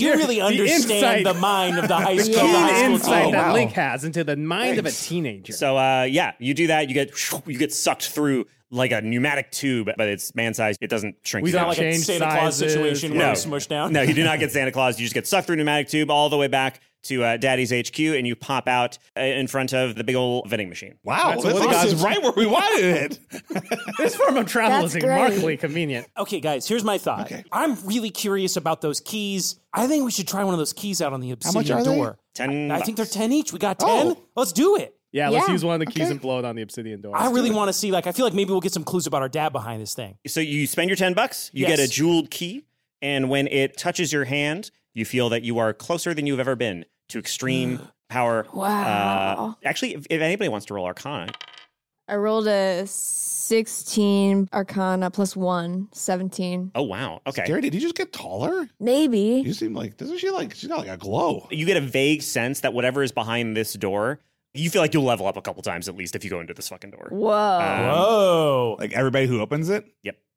Speaker 1: [LAUGHS]
Speaker 6: you really understand
Speaker 1: insight.
Speaker 6: the mind of the high school,
Speaker 1: Keen
Speaker 6: the high school
Speaker 1: insight
Speaker 6: team.
Speaker 1: that
Speaker 4: wow.
Speaker 1: Link has into the mind of a teenager.
Speaker 8: So uh, yeah, you do that. You get you get sucked through like a pneumatic tube, but it's man sized. It doesn't shrink.
Speaker 1: We
Speaker 8: you down.
Speaker 1: got
Speaker 6: Like a
Speaker 1: Change
Speaker 6: Santa Claus
Speaker 1: sizes.
Speaker 6: situation
Speaker 1: No.
Speaker 6: where you smush down.
Speaker 8: No, you do not get Santa Claus. You just get sucked through pneumatic tube all the way back to uh, Daddy's HQ, and you pop out uh, in front of the big old vending machine.
Speaker 4: Wow,
Speaker 1: what
Speaker 4: this
Speaker 1: they got
Speaker 4: is
Speaker 1: is-
Speaker 4: right where
Speaker 1: [LAUGHS]
Speaker 4: we wanted it.
Speaker 1: this form of travel
Speaker 5: That's
Speaker 1: is
Speaker 5: great.
Speaker 1: remarkably convenient.
Speaker 6: Okay, guys, here's my thought. I'm really curious about those keys. I think we should try one of those keys out on the obsidian
Speaker 4: much are they?
Speaker 6: door.
Speaker 8: Ten.
Speaker 6: I think they're
Speaker 8: bucks.
Speaker 6: 10 each. We got 10.
Speaker 4: Oh.
Speaker 6: Let's do it.
Speaker 1: Yeah, let's
Speaker 5: Yeah.
Speaker 1: use one of the keys and blow it on the obsidian door.
Speaker 6: I really want to see, like, I feel like maybe we'll get some clues about our dad behind this thing.
Speaker 8: So you spend your ten bucks. You
Speaker 6: Yes.
Speaker 8: get a jeweled key, and when it touches your hand, you feel that you are closer than you've ever been to extreme
Speaker 6: [GASPS]
Speaker 8: power.
Speaker 5: Wow.
Speaker 8: Uh, actually, if, if anybody wants to roll Arcana,
Speaker 5: I rolled a 16 arcana plus one, 17.
Speaker 8: oh wow, okay.
Speaker 4: Gary, did you just get taller?
Speaker 5: Maybe.
Speaker 4: You seem like doesn't she like she's got like a glow.
Speaker 8: you get a vague sense that whatever is behind this door, you feel like you'll level up a couple times at least if you go into this fucking door.
Speaker 5: Whoa.
Speaker 8: Um,
Speaker 6: Whoa.
Speaker 4: Like everybody who opens it?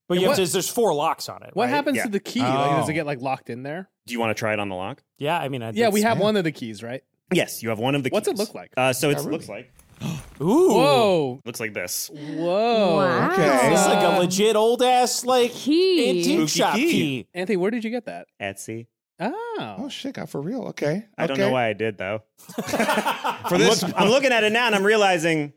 Speaker 6: But you have
Speaker 1: what-
Speaker 6: to, there's four locks on it.
Speaker 1: What
Speaker 6: right?
Speaker 1: happens
Speaker 8: Yeah.
Speaker 1: to the key? Like, does it
Speaker 4: Oh.
Speaker 1: get like locked in there?
Speaker 8: do you want to try it on the lock?
Speaker 6: Yeah, I mean, I,
Speaker 1: Yeah, we
Speaker 6: it's-
Speaker 1: have one of the keys, right?
Speaker 8: Yes, you have one of the.
Speaker 1: What's it
Speaker 8: keys.
Speaker 1: look like?
Speaker 8: Uh, so it looks like
Speaker 6: Ooh.
Speaker 1: Whoa,
Speaker 8: looks like this.
Speaker 1: whoa.
Speaker 5: Wow.
Speaker 4: Okay.
Speaker 6: It's like a
Speaker 1: Uh,
Speaker 6: legit old ass, like,
Speaker 5: Key.
Speaker 6: antique
Speaker 4: Spooky
Speaker 6: shop
Speaker 4: key.
Speaker 6: key.
Speaker 1: Anthony, where did you get that?
Speaker 8: Etsy.
Speaker 4: Oh
Speaker 1: Oh,
Speaker 4: shit, got for real. Okay.
Speaker 8: I don't know why I did
Speaker 4: [LAUGHS]
Speaker 8: though.
Speaker 4: For this
Speaker 8: I'm looking at it now and I'm realizing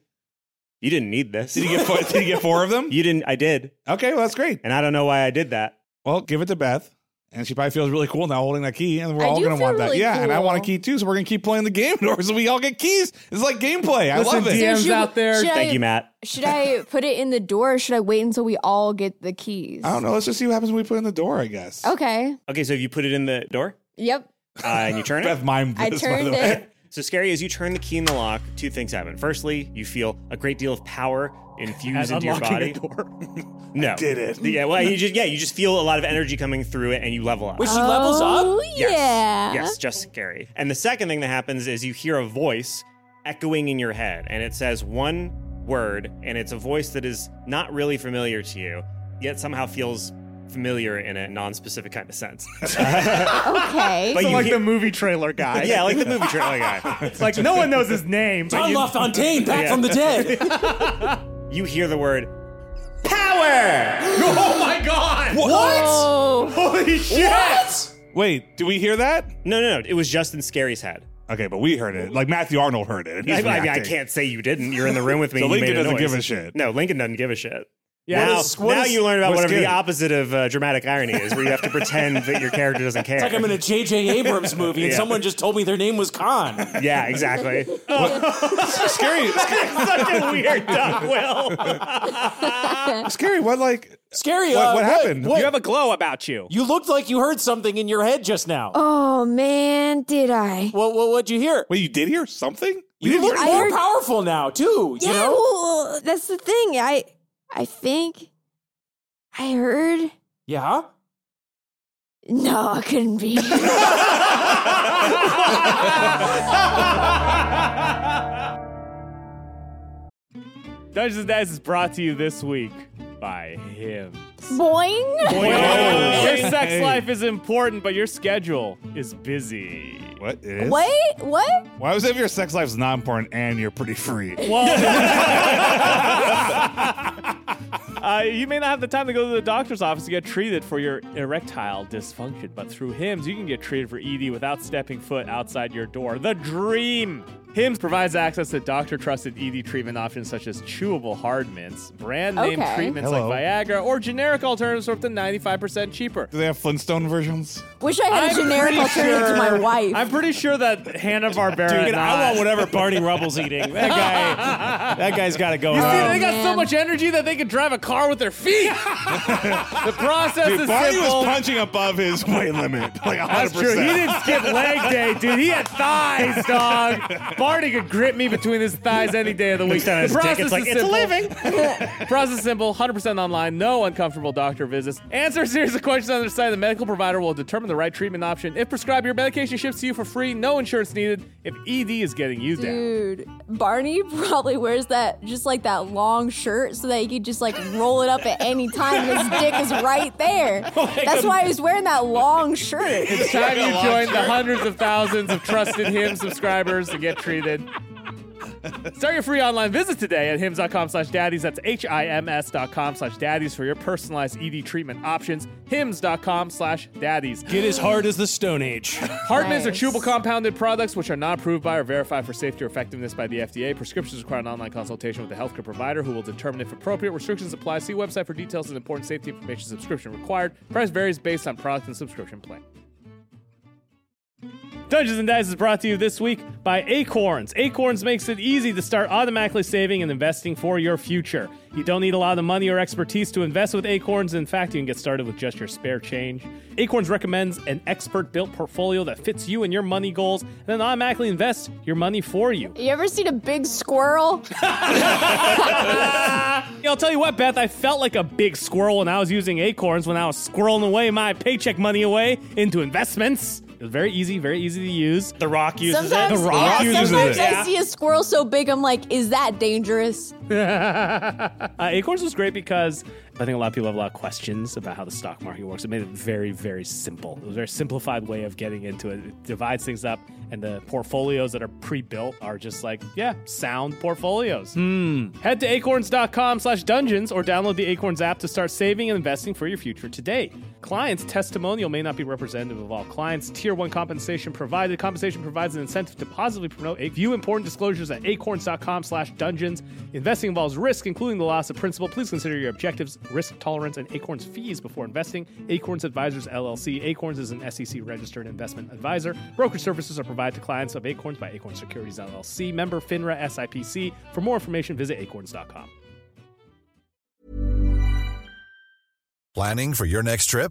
Speaker 8: you didn't need this.
Speaker 4: did you get four did you get four of them?
Speaker 8: [LAUGHS] You didn't. I did,
Speaker 4: [LAUGHS] Okay, well that's great.
Speaker 8: and I don't know why I did that.
Speaker 4: Well, give it to Beth. And she probably feels really cool now holding that key, and we're
Speaker 5: I
Speaker 4: all
Speaker 5: do
Speaker 4: gonna
Speaker 5: feel
Speaker 4: want that.
Speaker 5: really
Speaker 4: Yeah, and I
Speaker 5: cool.
Speaker 4: want a key too, so we're gonna keep playing the game, or [LAUGHS] so we all get keys. It's like gameplay. I
Speaker 1: Listen,
Speaker 4: love it.
Speaker 1: DMs
Speaker 5: should-
Speaker 1: out there.
Speaker 5: should I-
Speaker 8: Thank you, Matt.
Speaker 5: Should I put it in the door or should I wait until we all get the keys?
Speaker 4: I don't know. Let's just see what happens when we put it in the door. I guess.
Speaker 5: Okay.
Speaker 8: Okay, so if you put it in the door
Speaker 5: Yep.
Speaker 8: uh, and you
Speaker 4: [LAUGHS]
Speaker 8: turn it,
Speaker 4: Beth mimed
Speaker 5: I
Speaker 4: this. by
Speaker 5: turned
Speaker 4: the way.
Speaker 5: it.
Speaker 8: So scary as you turn the key in the lock, two things happen. Firstly, you feel a great deal of power infused into your
Speaker 1: unlocking
Speaker 8: body.
Speaker 1: a door.
Speaker 8: No,
Speaker 4: did it.
Speaker 8: Yeah, well, you just yeah, you just feel a lot of energy coming through it, and you level up.
Speaker 6: Wait, she levels up?
Speaker 5: Oh,
Speaker 8: yes,
Speaker 5: yeah.
Speaker 8: yes, just scary. And the second thing that happens is you hear a voice echoing in your head, and it says one word, and it's a voice that is not really familiar to you, yet somehow feels familiar in a non-specific kind of sense.
Speaker 5: [LAUGHS] Okay.
Speaker 8: But you
Speaker 1: like
Speaker 8: hear-
Speaker 1: the movie trailer guy.
Speaker 9: [LAUGHS]
Speaker 8: yeah, like the movie trailer guy.
Speaker 1: It's like no one knows his name. but
Speaker 6: John
Speaker 1: you-
Speaker 6: LaFontaine back from the dead.
Speaker 8: You hear the word
Speaker 1: oh my god!
Speaker 5: Whoa.
Speaker 1: Holy shit!
Speaker 4: Wait, do we hear that?
Speaker 8: No, no, no. It was just in Scary's head.
Speaker 4: Okay, but we heard it. Like Matthew Arnold heard it. and
Speaker 8: I,
Speaker 4: he's
Speaker 8: I mean, I
Speaker 4: reacting.
Speaker 8: can't say you didn't. You're in the
Speaker 9: [LAUGHS]
Speaker 8: room with me.
Speaker 4: So
Speaker 8: and you
Speaker 4: Lincoln
Speaker 8: made
Speaker 4: doesn't
Speaker 8: noise.
Speaker 4: give a shit.
Speaker 8: No, Lincoln doesn't give a shit.
Speaker 1: Yeah.
Speaker 8: now,
Speaker 1: What
Speaker 6: is- what
Speaker 8: now
Speaker 6: is-
Speaker 8: you learn about
Speaker 4: what's
Speaker 8: whatever the
Speaker 4: good?
Speaker 8: opposite of uh, dramatic irony is, where you have to pretend that your character doesn't care.
Speaker 6: like I'm
Speaker 8: [LAUGHS]
Speaker 6: in a J.J. Abrams movie and
Speaker 8: Yeah.
Speaker 6: someone just told me their name was Khan.
Speaker 8: yeah, exactly.
Speaker 4: Scary,
Speaker 8: Such a weird duck, Will.
Speaker 4: scary. What like?
Speaker 6: Scary.
Speaker 4: What,
Speaker 6: uh,
Speaker 4: what happened?
Speaker 1: You have a glow about you.
Speaker 6: You looked like you heard something in your head just now.
Speaker 5: [LAUGHS] Oh, man. Did I?
Speaker 6: What, what, what'd you hear?
Speaker 4: Wait, you did hear something? We
Speaker 6: You
Speaker 4: didn't
Speaker 6: look
Speaker 4: hear-
Speaker 5: I
Speaker 6: more
Speaker 5: heard-
Speaker 6: powerful now, too.
Speaker 5: Yeah.
Speaker 6: You know?
Speaker 5: well, that's the thing. I, I think I heard. [LAUGHS]
Speaker 6: Yeah.
Speaker 5: No, it couldn't be.
Speaker 1: Dungeons and Dice is brought to you this week by him.
Speaker 5: Boing.
Speaker 4: oh.
Speaker 1: Your sex life is important, but your schedule is busy.
Speaker 4: What it is?
Speaker 5: Wait, what?
Speaker 4: Why was it if your sex life's not important and you're pretty free?
Speaker 1: Well, uh, you may not have the time to go to the doctor's office to get treated for your erectile dysfunction, but through HIMS, you can get treated for ED without stepping foot outside your door. The dream! HIMS provides access to doctor trusted ED treatment options such as chewable hard mints, brand name
Speaker 5: Okay.
Speaker 1: treatments
Speaker 4: Hello.
Speaker 1: like Viagra, or generic alternatives for up to 95% cheaper.
Speaker 4: Do they have Flintstone versions?
Speaker 5: Wish I had a generic
Speaker 1: pretty
Speaker 5: alternative to my
Speaker 1: sure-
Speaker 5: wife.
Speaker 1: I'm pretty sure that [LAUGHS] Hanna Barbera.
Speaker 9: Dude, I want whatever Barney Rubble's eating. That guy, that guy's got to go.
Speaker 1: they
Speaker 8: Oh,
Speaker 9: on.
Speaker 1: got so
Speaker 5: man.
Speaker 1: much energy that they could drive a car with their feet. the process is
Speaker 4: Barney
Speaker 1: simple.
Speaker 4: was punching
Speaker 9: [LAUGHS]
Speaker 4: above his weight limit, like 100.
Speaker 1: That's true. He didn't skip leg day, dude. He had [LAUGHS] thighs, dog. Barney could grip me between his thighs any day of the week.
Speaker 8: down his
Speaker 1: The
Speaker 8: dick,
Speaker 1: process
Speaker 8: it's like,
Speaker 1: is
Speaker 8: "It's a
Speaker 1: simple. [LAUGHS] process is simple, 100% online, no uncomfortable doctor visits. Answer a series of questions on their site. The medical provider will determine the right treatment option. If prescribed, your medication ships to you for free, no insurance needed. If ED is getting you down.
Speaker 5: [LAUGHS] Dude, Barney [LAUGHS] probably wears that just like that long shirt so that he could just like roll it up at any time. and His dick is right there. That's why he's wearing that long shirt.
Speaker 1: It's time you join the hundreds of thousands of trusted Hims subscribers to get treated. Start your free online visit today at hims.com slash daddies. That's H-I-M-S dot com slash daddies for your personalized ED treatment options. Hims.com slash daddies.
Speaker 9: Get as hard as the Stone Age.
Speaker 1: Hardmans are
Speaker 5: Nice.
Speaker 1: chewable compounded products which are not approved by or verified for safety or effectiveness by the FDA. Prescriptions require an online consultation with a healthcare provider who will determine if appropriate. Restrictions apply. See website for details and important safety information. Subscription required. Price varies based on product and subscription plan. Dungeons and Dice is brought to you this week by Acorns. Acorns makes it easy to start automatically saving and investing for your future. You don't need a lot of money or expertise to invest with Acorns. In fact, you can get started with just your spare change. Acorns recommends an expert built portfolio that fits you and your money goals and then automatically invests your money for you.
Speaker 5: You ever seen a big squirrel?
Speaker 1: Yeah, I'll tell you what, Beth, I felt like a big squirrel when I was using Acorns when I was squirreling away my paycheck money away into investments. It was very easy, very easy to use.
Speaker 8: The Rock uses
Speaker 5: Sometimes,
Speaker 8: it.
Speaker 5: yeah,
Speaker 4: Rock uses
Speaker 5: sometimes
Speaker 4: it.
Speaker 5: I see a squirrel so big, I'm like, is that dangerous?
Speaker 1: [LAUGHS] Uh, Acorns was great because I think a lot of people have a lot of questions about how the stock market works. It made it very, very simple. It was a very simplified way of getting into it. It divides things up, and the portfolios that are pre-built are just like, yeah, sound portfolios. Head to acorns.com slash dungeons or download the Acorns app to start saving and investing for your future today. Clients' testimonial may not be representative of all clients. Tier 1 compensation provided. Compensation provides an incentive to positively promote a view important disclosures at acorns.com slash dungeons. Investing involves risk, including the loss of principal. Please consider your objectives, risk tolerance, and Acorns fees before investing. Acorns Advisors LLC. Acorns is an SEC registered investment advisor. Brokerage services are provided to clients of Acorns by Acorns Securities LLC, member FINRA SIPC. For more information, visit acorns.com.
Speaker 3: Planning for your next trip?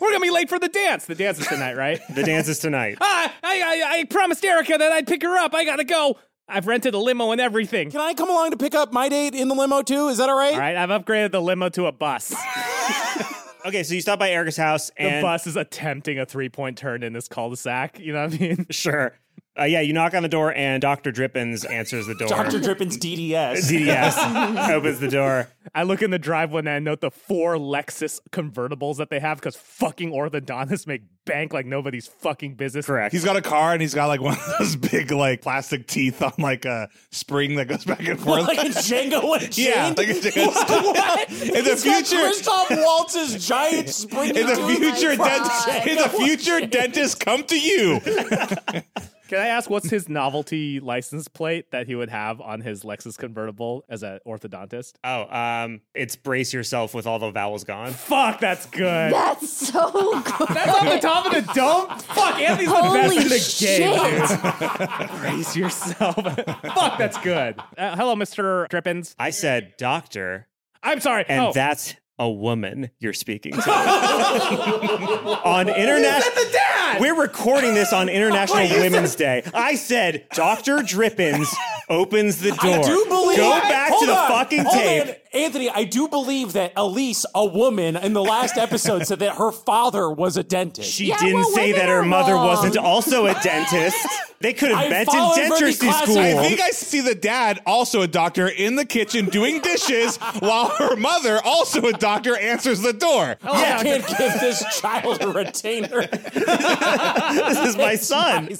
Speaker 1: We're gonna be late for the dance. The dance is tonight, [LAUGHS] right?
Speaker 8: The dance is tonight.
Speaker 1: ah, I, I I promised Erica that I'd pick her up. I gotta go. I've rented a limo and everything.
Speaker 6: Can I come along to pick up my date in the limo too? Is that all right?
Speaker 1: All right, I've upgraded the limo to a bus.
Speaker 8: Okay, so you stop by Erica's house
Speaker 1: The
Speaker 8: and
Speaker 1: bus is attempting a three-point turn in this cul-de-sac. You know what I mean?
Speaker 8: sure. Uh, yeah, you knock on the door and Dr. Drippins answers the door.
Speaker 6: Dr.
Speaker 8: [LAUGHS]
Speaker 6: Drippin's DDS.
Speaker 8: DDS opens the door.
Speaker 1: I look in the driveway and I note the four Lexus convertibles that they have because fucking orthodontists make bank like nobody's fucking business.
Speaker 8: Correct.
Speaker 4: He's got a car and he's got like one of those [LAUGHS] big like plastic teeth on like a spring that goes back and forth.
Speaker 6: like a Django and
Speaker 4: yeah,
Speaker 6: Jane?
Speaker 4: [LAUGHS] like a [LAUGHS]
Speaker 6: What?
Speaker 4: In the
Speaker 6: He's got
Speaker 4: future,
Speaker 6: Christoph Waltz's giant spring.
Speaker 4: in the
Speaker 6: tooth.
Speaker 4: future, dent-
Speaker 6: Right.
Speaker 4: in the future, dentists come to you.
Speaker 1: Can I ask what's his novelty license plate that he would have on his Lexus convertible as an orthodontist?
Speaker 8: Oh, um, it's brace yourself with all the vowels gone.
Speaker 1: Fuck, that's good.
Speaker 5: That's so [LAUGHS] good.
Speaker 1: That's on the top
Speaker 7: job in a dump? Fuck, Anthony's
Speaker 5: Holy
Speaker 7: the best in the game.
Speaker 5: shit!
Speaker 7: dude. Brace yourself. Fuck, that's good. Uh, hello, Mr. Drippins.
Speaker 8: I said doctor,
Speaker 7: I'm sorry.
Speaker 8: and
Speaker 7: oh.
Speaker 8: that's a woman
Speaker 6: [LAUGHS]
Speaker 8: you're speaking to. on international We're recording this on International Women's Day. I said Dr. Drippins opens the door.
Speaker 6: I do believe.
Speaker 8: Go back
Speaker 6: Hold
Speaker 8: to the
Speaker 6: on.
Speaker 8: fucking
Speaker 6: Hold
Speaker 8: tape.
Speaker 6: on. Anthony. I do believe that Elise, a woman, in the last episode said that her father was a dentist.
Speaker 8: She
Speaker 5: Yeah,
Speaker 8: didn't
Speaker 5: well,
Speaker 8: say
Speaker 5: women
Speaker 8: that her
Speaker 5: are
Speaker 8: mother
Speaker 5: wrong.
Speaker 6: [LAUGHS]
Speaker 8: wasn't also a dentist. They could have
Speaker 6: I
Speaker 8: invented
Speaker 6: followed Verdi
Speaker 8: dentures to
Speaker 6: Classic. [LAUGHS]
Speaker 8: school.
Speaker 9: I think I see the dad, also a doctor, in the kitchen doing [LAUGHS] dishes while her mother, also a doctor, answers the door.
Speaker 6: I can't give this child a retainer.
Speaker 8: this is
Speaker 6: [LAUGHS]
Speaker 8: my son.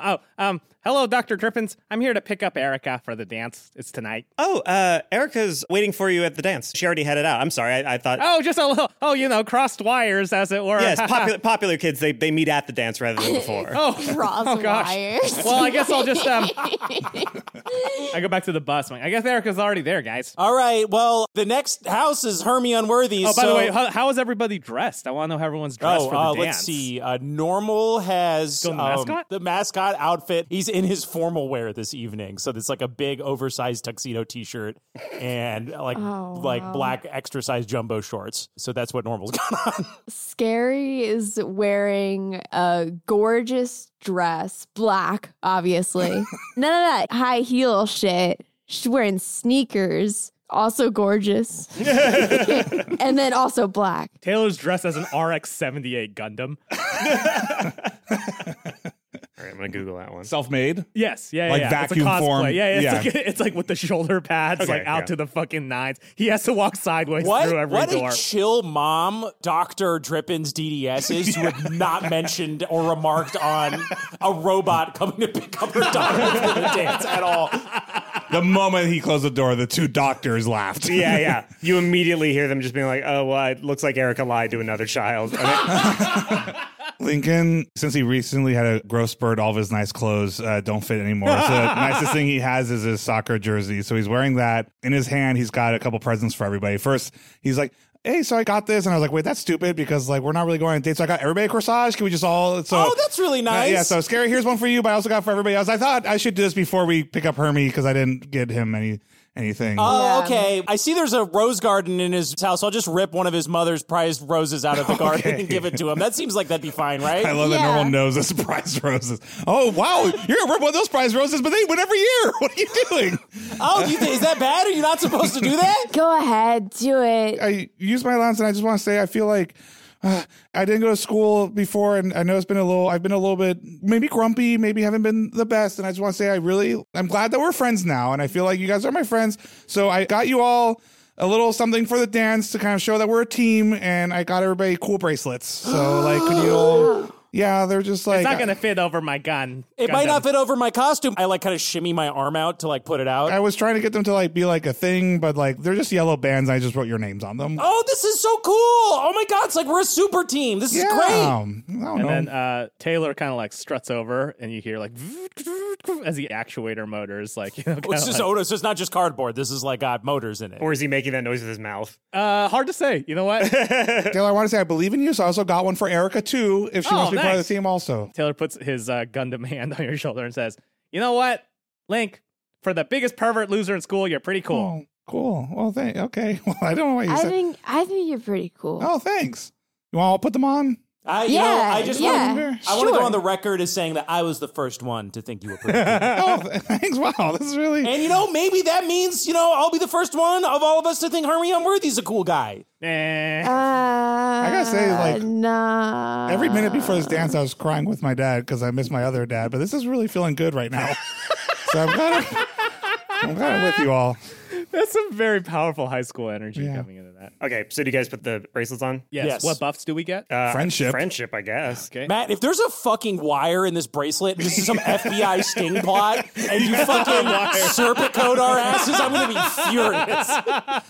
Speaker 7: Oh, um, hello, Dr. Drippins. I'm here to pick up Erica for the dance. It's tonight.
Speaker 8: Oh, uh, Erica's waiting for you at the dance. She already headed out. I'm sorry. I, I thought.
Speaker 7: Oh, just a little, oh, you know, crossed wires, as it were. [LAUGHS]
Speaker 8: Yes, popular, popular kids, they, they meet at the dance rather than before.
Speaker 7: oh,
Speaker 5: Cross
Speaker 7: oh, gosh.
Speaker 5: wires.
Speaker 7: Well, I guess I'll just,
Speaker 6: [LAUGHS]
Speaker 7: um, I go back to the bus. I'm like, I guess Erica's already there, guys.
Speaker 6: All right. Well, the next house is Hermie Unworthy.
Speaker 7: Oh, by
Speaker 6: so-
Speaker 7: the way, how, how is everybody dressed? I want to know how everyone's dressed
Speaker 6: Oh,
Speaker 7: for the
Speaker 6: uh,
Speaker 7: dance.
Speaker 6: let's see. Uh, Normal has um,
Speaker 7: Still in the mascot?
Speaker 6: the mascot outfit. He's in his formal wear this evening, so it's like a big oversized tuxedo T-shirt and uh, like
Speaker 5: Oh,
Speaker 6: like
Speaker 5: wow.
Speaker 6: black extra size jumbo shorts. So that's what Normal's [LAUGHS] got on.
Speaker 5: Scary is wearing a gorgeous dress, black, obviously. None of that high heel shit. She's wearing sneakers, also gorgeous, and then also black.
Speaker 7: Taylor's dressed as an RX 78 Gundam.
Speaker 8: All right, I'm going to Google that one.
Speaker 9: Self made.
Speaker 7: Yes, yeah, yeah,
Speaker 9: Like
Speaker 7: yeah.
Speaker 9: vacuum
Speaker 7: it's a cosplay.
Speaker 9: form.
Speaker 7: Yeah, yeah. It's,
Speaker 9: Yeah.
Speaker 7: Like, [LAUGHS] it's like with the shoulder pads,
Speaker 8: Okay,
Speaker 7: like out
Speaker 8: yeah.
Speaker 7: to the fucking nines. He has to walk sideways
Speaker 6: What?
Speaker 7: through every
Speaker 6: What
Speaker 7: door.
Speaker 6: a chill mom, Doctor Drippin's DDS is who
Speaker 7: [LAUGHS]
Speaker 6: had not mentioned or remarked on a robot coming to pick up her daughter for
Speaker 7: [LAUGHS]
Speaker 6: the dance at all.
Speaker 9: The moment he closed the door, the two doctors laughed.
Speaker 8: yeah, yeah. You immediately hear them just being like, oh, well, it looks like Erica lied to another child. And
Speaker 7: [LAUGHS]
Speaker 8: then-
Speaker 9: Lincoln, since he recently had a growth spurt, all of his nice clothes uh, don't fit anymore. So
Speaker 6: [LAUGHS]
Speaker 9: the nicest thing he has is his soccer jersey. So he's wearing that. In his hand, he's got a couple presents for everybody. First, he's like, hey, so I got this. And I was like, wait, that's stupid because like we're not really going on dates. So I got everybody a corsage. Can we just all... So,
Speaker 6: Oh, that's really nice.
Speaker 9: Yeah, yeah, so Scary, here's one for you, but I also got for everybody else. I thought I should do this before we pick up Hermie because I didn't get him any anything.
Speaker 6: Oh,
Speaker 5: Yeah.
Speaker 6: okay. I see there's a rose garden in his house. I'll just rip one of his mother's prized roses out of
Speaker 7: [LAUGHS]
Speaker 6: the garden and give it to him. That seems like that'd be fine,
Speaker 9: I
Speaker 6: right?
Speaker 9: love that
Speaker 5: Yeah.
Speaker 9: Normal knows [LAUGHS] the surprise roses. Oh wow, you're gonna rip one of those prize roses, but they win every year. [LAUGHS] What are you doing?
Speaker 6: oh, you th- is that bad? Are you not supposed to do
Speaker 7: [LAUGHS]
Speaker 6: that?
Speaker 5: Go ahead, do it.
Speaker 9: I use my allowance, and I just want to say I feel like uh, I didn't go to school before, and I know it's been a little. I've been a little bit maybe grumpy, maybe haven't been the best, and I just want to say I really I'm glad that we're friends now, and I feel like you guys are my friends. So I got you all. A little something for the dance to kind of show that we're a team, and I got everybody cool bracelets. So, like, could [GASPS]
Speaker 7: [GASPS]
Speaker 9: you all? Yeah, they're just like
Speaker 7: it's not going to fit over my gun.
Speaker 6: It might not
Speaker 7: Gundam.
Speaker 6: fit over my costume. I like kind of shimmy my arm out to like put it out.
Speaker 9: I was trying to get them to like be like a thing, but like they're just yellow bands. And I just wrote your names on them.
Speaker 6: oh, this is so cool. Oh my God. It's like we're a super team. This is great.
Speaker 9: Um, I don't know.
Speaker 7: And then uh, Taylor kind of like struts over, and you hear like as the actuator motors like [LAUGHS] you know. kinda
Speaker 6: It's just
Speaker 7: like-
Speaker 6: oh, so it's not just cardboard. This is like got motors in it.
Speaker 8: or is he making that noise with his mouth?
Speaker 7: uh, hard to say. You
Speaker 1: [LAUGHS]
Speaker 7: know what?
Speaker 9: Taylor, I want to say I believe in you. So I also got one for Erica too, if she
Speaker 7: Oh,
Speaker 9: wants to be part
Speaker 7: nice.
Speaker 9: of the team. Also,
Speaker 7: Taylor puts his uh, Gundam hand [LAUGHS] on your shoulder and says, "You know what, Link? For the biggest pervert loser in school, you're pretty cool." [LAUGHS]
Speaker 9: Oh, cool. Well, thank. Okay. [LAUGHS] Well, I don't know what you
Speaker 5: I
Speaker 9: said.
Speaker 5: think I think you're pretty cool.
Speaker 9: Oh, thanks. You want to put them on?
Speaker 6: I, you
Speaker 5: yeah,
Speaker 6: know, I just
Speaker 5: yeah,
Speaker 6: want to, I want to go on the record as saying that I was the first one to think you were pretty
Speaker 5: [LAUGHS]
Speaker 6: cool.
Speaker 9: oh, th- [LAUGHS] thanks. Wow, this is really.
Speaker 6: And you know, maybe that means, you know, I'll be the first one of all of us to think Hermie Unworthy's a cool guy.
Speaker 7: Eh.
Speaker 5: Uh, I
Speaker 9: gotta say, like,
Speaker 5: nah.
Speaker 9: Every minute before
Speaker 1: Ah.
Speaker 9: this dance, I was crying with my dad because I miss my other dad. But this is really feeling good
Speaker 1: [LAUGHS]
Speaker 9: right now. so I'm glad. I'm, I'm glad I'm with you all.
Speaker 7: That's some very powerful high school energy
Speaker 9: Yeah.
Speaker 7: coming into that.
Speaker 8: Okay, so do you guys put the bracelets on?
Speaker 7: Yes.
Speaker 6: Yes.
Speaker 7: What buffs do we get?
Speaker 8: Uh,
Speaker 9: Friendship.
Speaker 8: Friendship, I guess.
Speaker 7: okay.
Speaker 6: Matt, if there's a fucking wire in this bracelet, this is some
Speaker 5: [LAUGHS]
Speaker 6: FBI sting plot, and you fucking serpent code our asses, I'm gonna be furious.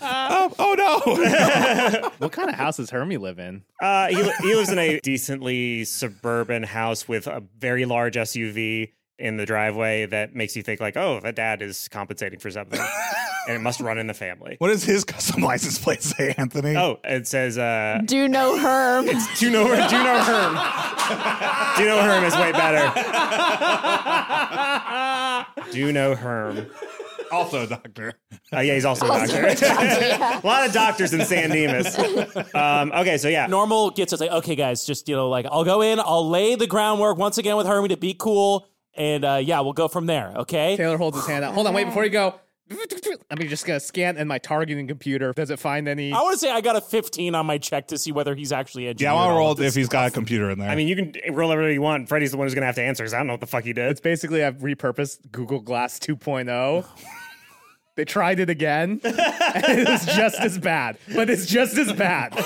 Speaker 9: Oh, oh no.
Speaker 7: what kind of house does Hermie live in?
Speaker 8: Uh, he, li- he lives in a [LAUGHS] decently suburban house with a very large
Speaker 7: [LAUGHS]
Speaker 8: SUV in the driveway that makes you think like, oh, the dad is compensating for something. and it must run in the family.
Speaker 4: What does his custom license plate say, Anthony?
Speaker 8: Oh, it says uh,
Speaker 5: Do no harm.
Speaker 8: Juno, Juno Herm. Juno Herm is way better. Juno Herm.
Speaker 4: also a doctor.
Speaker 8: Uh, yeah, he's also a doctor. [LAUGHS] a lot of doctors in San Dimas. Um, okay, so yeah.
Speaker 6: Normal gets us like, okay, guys, just you know, like I'll go in, I'll lay the groundwork once again with Hermie to be cool, and uh, yeah, we'll go from there. Okay.
Speaker 1: Taylor holds his hand out. Hold on, wait, before you go. [LAUGHS] I'm just gonna scan and my targeting computer. Does it find any?
Speaker 6: I want to say I got a 15 on my check to see whether he's actually
Speaker 4: Yeah,
Speaker 6: engineered.
Speaker 4: I want to
Speaker 6: all
Speaker 4: roll
Speaker 6: of this.
Speaker 4: if he's got a computer in there.
Speaker 8: I mean, you can roll whatever you want. Freddy's the one who's going to have to answer because I don't know what the fuck he did.
Speaker 1: It's basically I've repurposed Google Glass 2.0. they tried it again. [LAUGHS] And it was just as bad, but it's just as bad. [LAUGHS]
Speaker 6: [LAUGHS]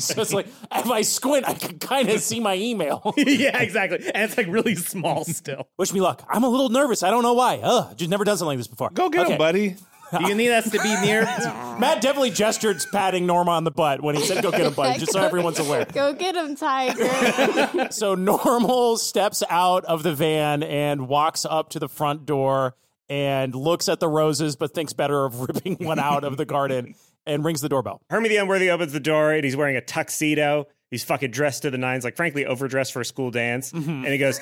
Speaker 6: So it's like if I squint, I can kind of see my email. [LAUGHS]
Speaker 1: yeah, exactly. And it's like really small still.
Speaker 6: Wish me luck. I'm a little nervous. I don't know why. Ugh, just never done something like this before.
Speaker 4: Go get
Speaker 6: Okay.
Speaker 4: him, buddy.
Speaker 1: Do you need us to be [LAUGHS] near?
Speaker 6: Matt definitely gestured patting Norma on the butt when he said, "Go get him, buddy," just so everyone's aware.
Speaker 5: Go get him, Tiger.
Speaker 6: So [LAUGHS] Normal steps out of the van and walks up to the front door and looks at the roses, but thinks better of [LAUGHS] ripping one out of the garden and rings the doorbell.
Speaker 8: Hermie the
Speaker 6: [LAUGHS]
Speaker 8: Unworthy opens the door and he's wearing a tuxedo. He's fucking dressed to the nines, like frankly overdressed for a school dance. And he goes,